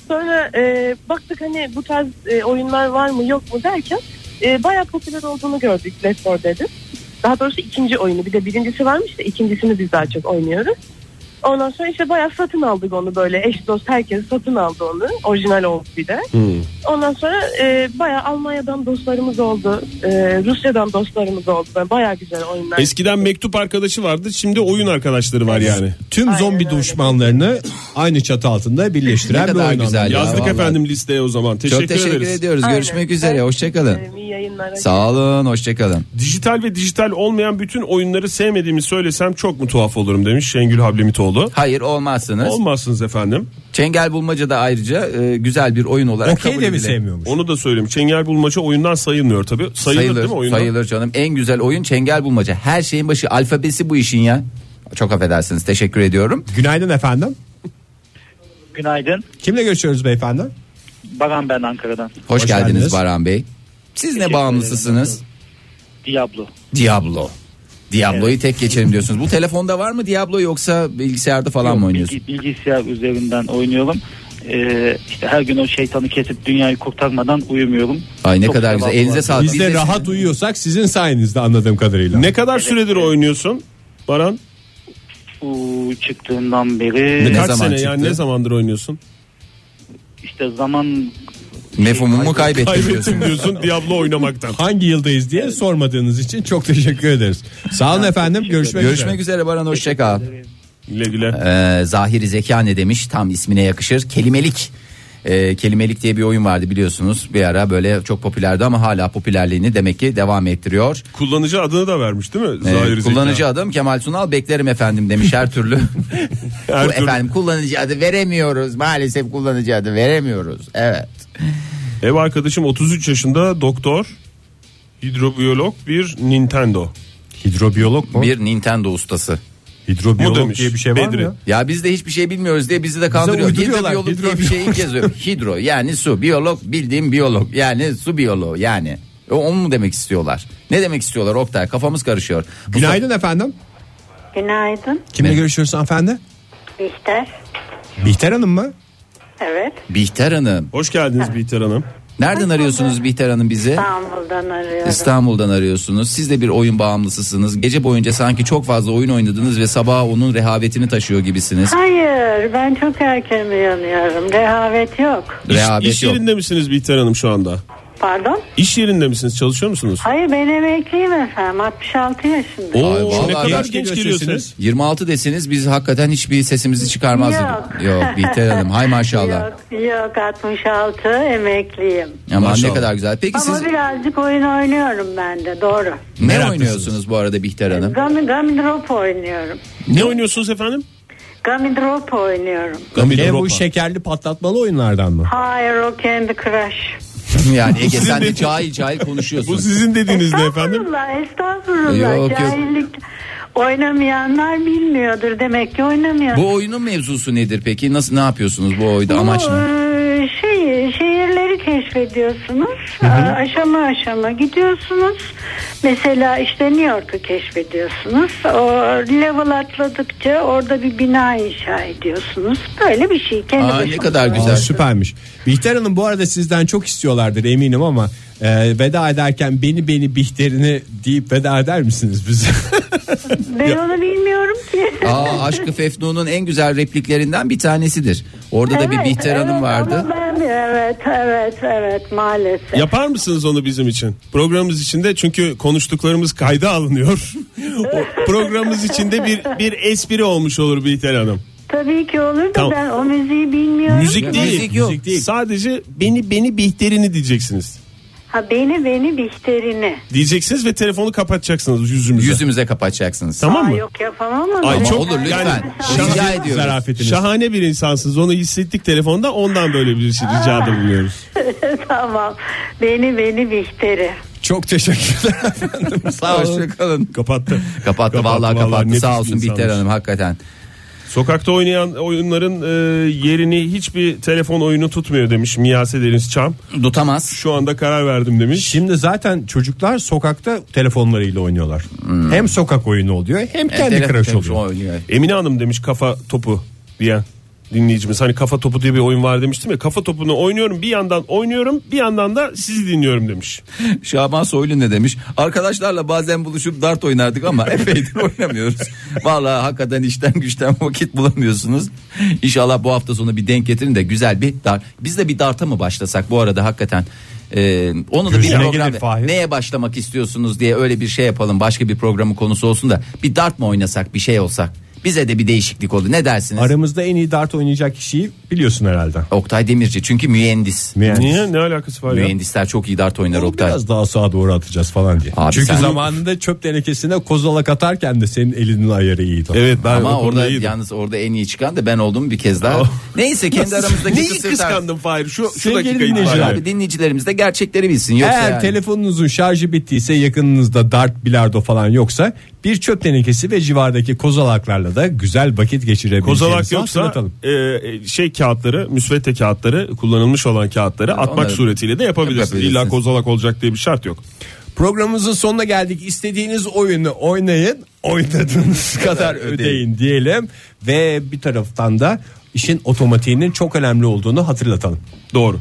Sonra e, baktık hani bu tarz e, oyunlar var mı yok mu derken e, bayağı popüler olduğunu gördük Left 4 Dead'in. Daha doğrusu ikinci oyunu bir de birincisi varmış da ikincisini biz daha çok oynuyoruz. Ondan sonra işte bayağı satın aldık onu böyle eş dost herkes satın aldı onu orijinal oldu bir de. Ondan sonra e, bayağı Almanya'dan dostlarımız oldu e, Rusya'dan dostlarımız oldu Yani bayağı güzel oyunlar. Eskiden mektup arkadaşı vardı. Şimdi oyun arkadaşları var yani. Tüm Aynen zombi öyle. düşmanlarını aynı çatı altında birleştiren Ne bir kadar oyun güzel anlamı. Ya Yazdık vallahi. efendim listeye o zaman. Teşekkür, çok teşekkür ederiz. ediyoruz. Aynen. Görüşmek üzere. Ben Hoşçakalın. teşekkür ederim. İyi yayınlar. Sağ olun. Hoşçakalın. Dijital ve dijital olmayan bütün oyunları sevmediğimi söylesem çok mu tuhaf olurum demiş Şengül Hablemitoğlu. Hayır olmazsınız. Olmazsınız efendim. Çengel Bulmaca da ayrıca e, güzel bir oyun olarak Okey kabul de mi edilir. sevmiyormuş? Onu da söyleyeyim. Çengel bulmaca oyundan sayılmıyor tabii. Sayılır, değil mi oyundan? sayılır canım. En güzel oyun Çengel Bulmaca. Her şeyin başı alfabesi bu işin ya. Çok affedersiniz. Teşekkür ediyorum. Günaydın efendim. Günaydın. Kimle görüşüyoruz beyefendi? Bakan ben Ankara'dan. Hoş, Hoş geldiniz, geldiniz. Baran Bey. Siz ne Teşekkür bağımlısısınız? Diablo. Diablo. Diablo'yu tek geçelim diyorsunuz. Bu telefonda var mı Diablo yoksa bilgisayarda falan mı oynuyorsunuz? Bilgi- bilgisayar üzerinden oynuyorum. Ee, işte her gün o şeytanı kesip dünyayı kurtarmadan uyumuyorum. Ay ne Çok kadar güzel. sevabı Elinize var. sağlık. Biz de rahat uyuyorsak sizin sayenizde anladığım kadarıyla. Ne kadar süredir oynuyorsun? Baran Bu çıktığından beri Ee, Ne kaç zaman sene çıktı? yani ne zamandır oynuyorsun? işte zaman Mefhumumu kaybettim diyorsunuz. Kaybettim [LAUGHS] diyorsun Diablo oynamaktan. Hangi yıldayız diye sormadığınız için çok teşekkür ederiz. Sağ olun efendim. Görüşmek, Görüşmek üzere Baran hoşçakal. Güle güle. Ee, zahiri zeka ne demiş tam ismine yakışır kelimelik. Ee, kelimelik diye bir oyun vardı biliyorsunuz bir ara böyle çok popülerdi ama hala popülerliğini demek ki devam ettiriyor. Kullanıcı adını da vermiş değil mi? Ee, Zahir Zeka. kullanıcı adım Kemal Sunal beklerim efendim demiş her türlü. [LAUGHS] Her Bu türlü. Efendim kullanıcı adı veremiyoruz maalesef kullanıcı adı veremiyoruz evet. Ev arkadaşım 33 yaşında doktor. Hidrobiyolog bir Nintendo. Hidrobiyolog mu? Bir Nintendo ustası. Hidrobiyolog Bu demiş, diye bir şey var mı? Bedri. ya? Ya biz de hiçbir şey bilmiyoruz diye bizi de kandırıyor. uyduruyorlar, Hidrobiyolog diye bir hidrobiyolog. şey ilk kez duyuyorum. Hidro yani su, biyolog bildiğim biyolog yani su biyoloğu yani. E, Onu mu demek istiyorlar? Ne demek istiyorlar Oktay? Kafamız karışıyor. Günaydın efendim. Günaydın. Kimle Ben- görüşüyoruz hanımefendi? Bihter. Bihter Hanım mı? Evet. Bihter Hanım. Hoş geldiniz Bihter Hanım. Nereden arıyorsunuz Bihter Hanım bizi? İstanbul'dan arıyorum. İstanbul'dan arıyorsunuz. Siz de bir oyun bağımlısısınız. Gece boyunca sanki çok fazla oyun oynadınız ve sabah onun rehavetini taşıyor gibisiniz. Hayır ben çok erken uyanıyorum. Rehavet yok. İş, Rehavet iş yok. yerinde misiniz Bihter Hanım şu anda? Pardon. İş yerinde misiniz? Çalışıyor musunuz? Hayır ben emekliyim efendim. 66 yaşındayım. Ay, ne vallahi kadar ben- genç geliyorsunuz. 26 deseniz biz hakikaten hiçbir sesimizi çıkarmazdık. Yok. Bihter Hanım hay maşallah. Yok, yok 66 emekliyim. Aman Maşallah. ne kadar güzel. Peki Ama siz birazcık oyun oynuyorum ben de doğru. ne oynuyorsunuz bu arada Bihter Hanım? Gummy, gummy drop oynuyorum. Ne oynuyorsunuz efendim? Gummy drop oynuyorum. Gene bu Europa. şekerli patlatmalı oyunlardan [LAUGHS] mı? Hayır o kendi crush. Yani Ege sen de cahil cahil konuşuyorsun. Bu sizin dediğiniz ne efendim? Estağfurullah, estağfurullah. Yok, yok. Cahillik oynamayanlar bilmiyordur demek ki oynamıyor. Bu oyunun mevzusu nedir peki? Nasıl ne yapıyorsunuz bu oyunda amaç ne? eee, şey, şehirleri keşfediyorsunuz. Aa, Aşama aşama gidiyorsunuz. Mesela işte New York'u keşfediyorsunuz. O level atladıkça orada bir bina inşa ediyorsunuz. Böyle bir şey. Kendi Aa, ne başınıza. kadar güzel. [LAUGHS] Aa, süpermiş. Bihter Hanım bu arada sizden çok istiyorlardır eminim ama e, veda ederken beni beni Bihter'ini deyip veda eder misiniz bize? Ben onu bilmiyorum ki. Aa, Aşkı Fefnu'nun en güzel repliklerinden bir tanesidir. Orada da bir Evet, Bihter Hanım evet, vardı. ama ben- evet, evet, evet maalesef. Yapar mısınız onu bizim için? Programımız içinde çünkü konuştuklarımız kayda alınıyor. [LAUGHS] o programımız içinde bir bir espri olmuş olur Bihter Hanım. Tabii ki olur da Tamam. ben o müziği bilmiyorum. Müzik Yok, değil. müzik yok. Sadece beni beni Bihter'ini diyeceksiniz. Ha beni beni Bihter'ini. Diyeceksiniz ve telefonu kapatacaksınız yüzümüze. Yüzümüze kapatacaksınız. Tamam Aa, mı? yok yapamam ama. Ay, Ama çok- olur lütfen. yani Rica ediyoruz. Zarafetiniz. Şahane bir insansınız. Onu hissettik telefonda. Ondan böyle bir şey ricada bulunuyoruz. [LAUGHS] tamam. Beni beni Bihter'i. [LAUGHS] Çok teşekkürler efendim. Sağ olun. Hoşçakalın. Kapattı. Kapattı vallahi kapattı. nefis Sağ bir olsun Bihter insanmış. Hanım hakikaten. Sokakta oynayan oyunların e, yerini hiçbir telefon oyunu tutmuyor demiş Miyase Deniz Çam. Tutamaz. Şu anda karar verdim demiş. [LAUGHS] Şimdi zaten çocuklar sokakta telefonlarıyla oynuyorlar. Hem sokak oyunu oluyor hem kendi Telefon- crush telefon oluyor. oynuyor. Emine Hanım demiş kafa topu diyen dinleyicimiz. Hani kafa topu diye bir oyun var demiştim ya. Kafa topunu oynuyorum bir yandan oynuyorum bir yandan da sizi dinliyorum demiş. [LAUGHS] Şaban Soylu ne demiş? Arkadaşlarla bazen buluşup dart oynardık ama [LAUGHS] epeydir oynamıyoruz. Vallahi hakikaten işten güçten vakit bulamıyorsunuz. İnşallah bu hafta sonu bir denk getirin de güzel bir dart. Biz de bir darta mı başlasak bu arada hakikaten? Ee, onu da bir Gözüne program gelir Fahir. neye başlamak istiyorsunuz diye öyle bir şey yapalım başka bir programın konusu olsun da bir dart mı oynasak bir şey olsak bize de bir değişiklik oldu ne dersiniz Aramızda en iyi dart oynayacak kişiyi biliyorsun herhalde. Oktay Demirci çünkü mühendis Yani Niye ne alakası var ya? mühendisler çok iyi dart oynar Onu Oktay Biraz daha sağa doğru atacağız falan diye. Abi Çünkü sen- zamanında çöp tenekesine kozalak atarken de senin elinin ayarı iyiydi. Evet ben Ama o konuda orada iyiydim. yalnız orada en iyi çıkan da ben oldum bir kez daha. Neyse kendi aramızdaki Neyi kısır kıskandım Fahir? Şu, şu Sevgili dakika dinleyiciler. itibariyle. Abi dinleyicilerimiz de gerçekleri bilsin yoksa Eğer yani. telefonunuzun şarjı bittiyse yakınınızda dart, bilardo falan yoksa bir çöp tenekesi ve civardaki kozalaklarla da güzel vakit geçirebileceğinizi Kozalak yoksa hatırlatalım. e, e, şey kağıtları, müsvete kağıtları, kullanılmış olan kağıtları atmak onları- suretiyle de yapabilirsiniz. Yapabilirsiniz. İlla kozalak olacak diye bir şart yok. Programımızın sonuna geldik. İstediğiniz oyunu oynayın, [LAUGHS] oynadığınız kadar ödeyin diyelim ve bir taraftan da işin otomatiğinin çok önemli olduğunu hatırlatalım. Doğru.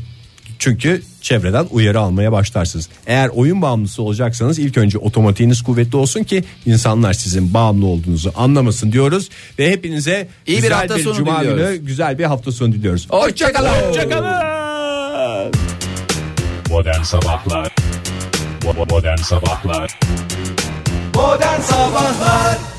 Çünkü çevreden uyarı almaya başlarsınız. Eğer oyun bağımlısı olacaksanız ilk önce otomatiğiniz kuvvetli olsun ki insanlar sizin bağımlı olduğunuzu anlamasın diyoruz ve hepinize İyi bir güzel hafta sonu cuma diliyoruz. günü, güzel bir hafta sonu diliyoruz. Hoşçakalın. Modern Sabahlar Bo- bo- Modern Sabahlar Modern Sabahlar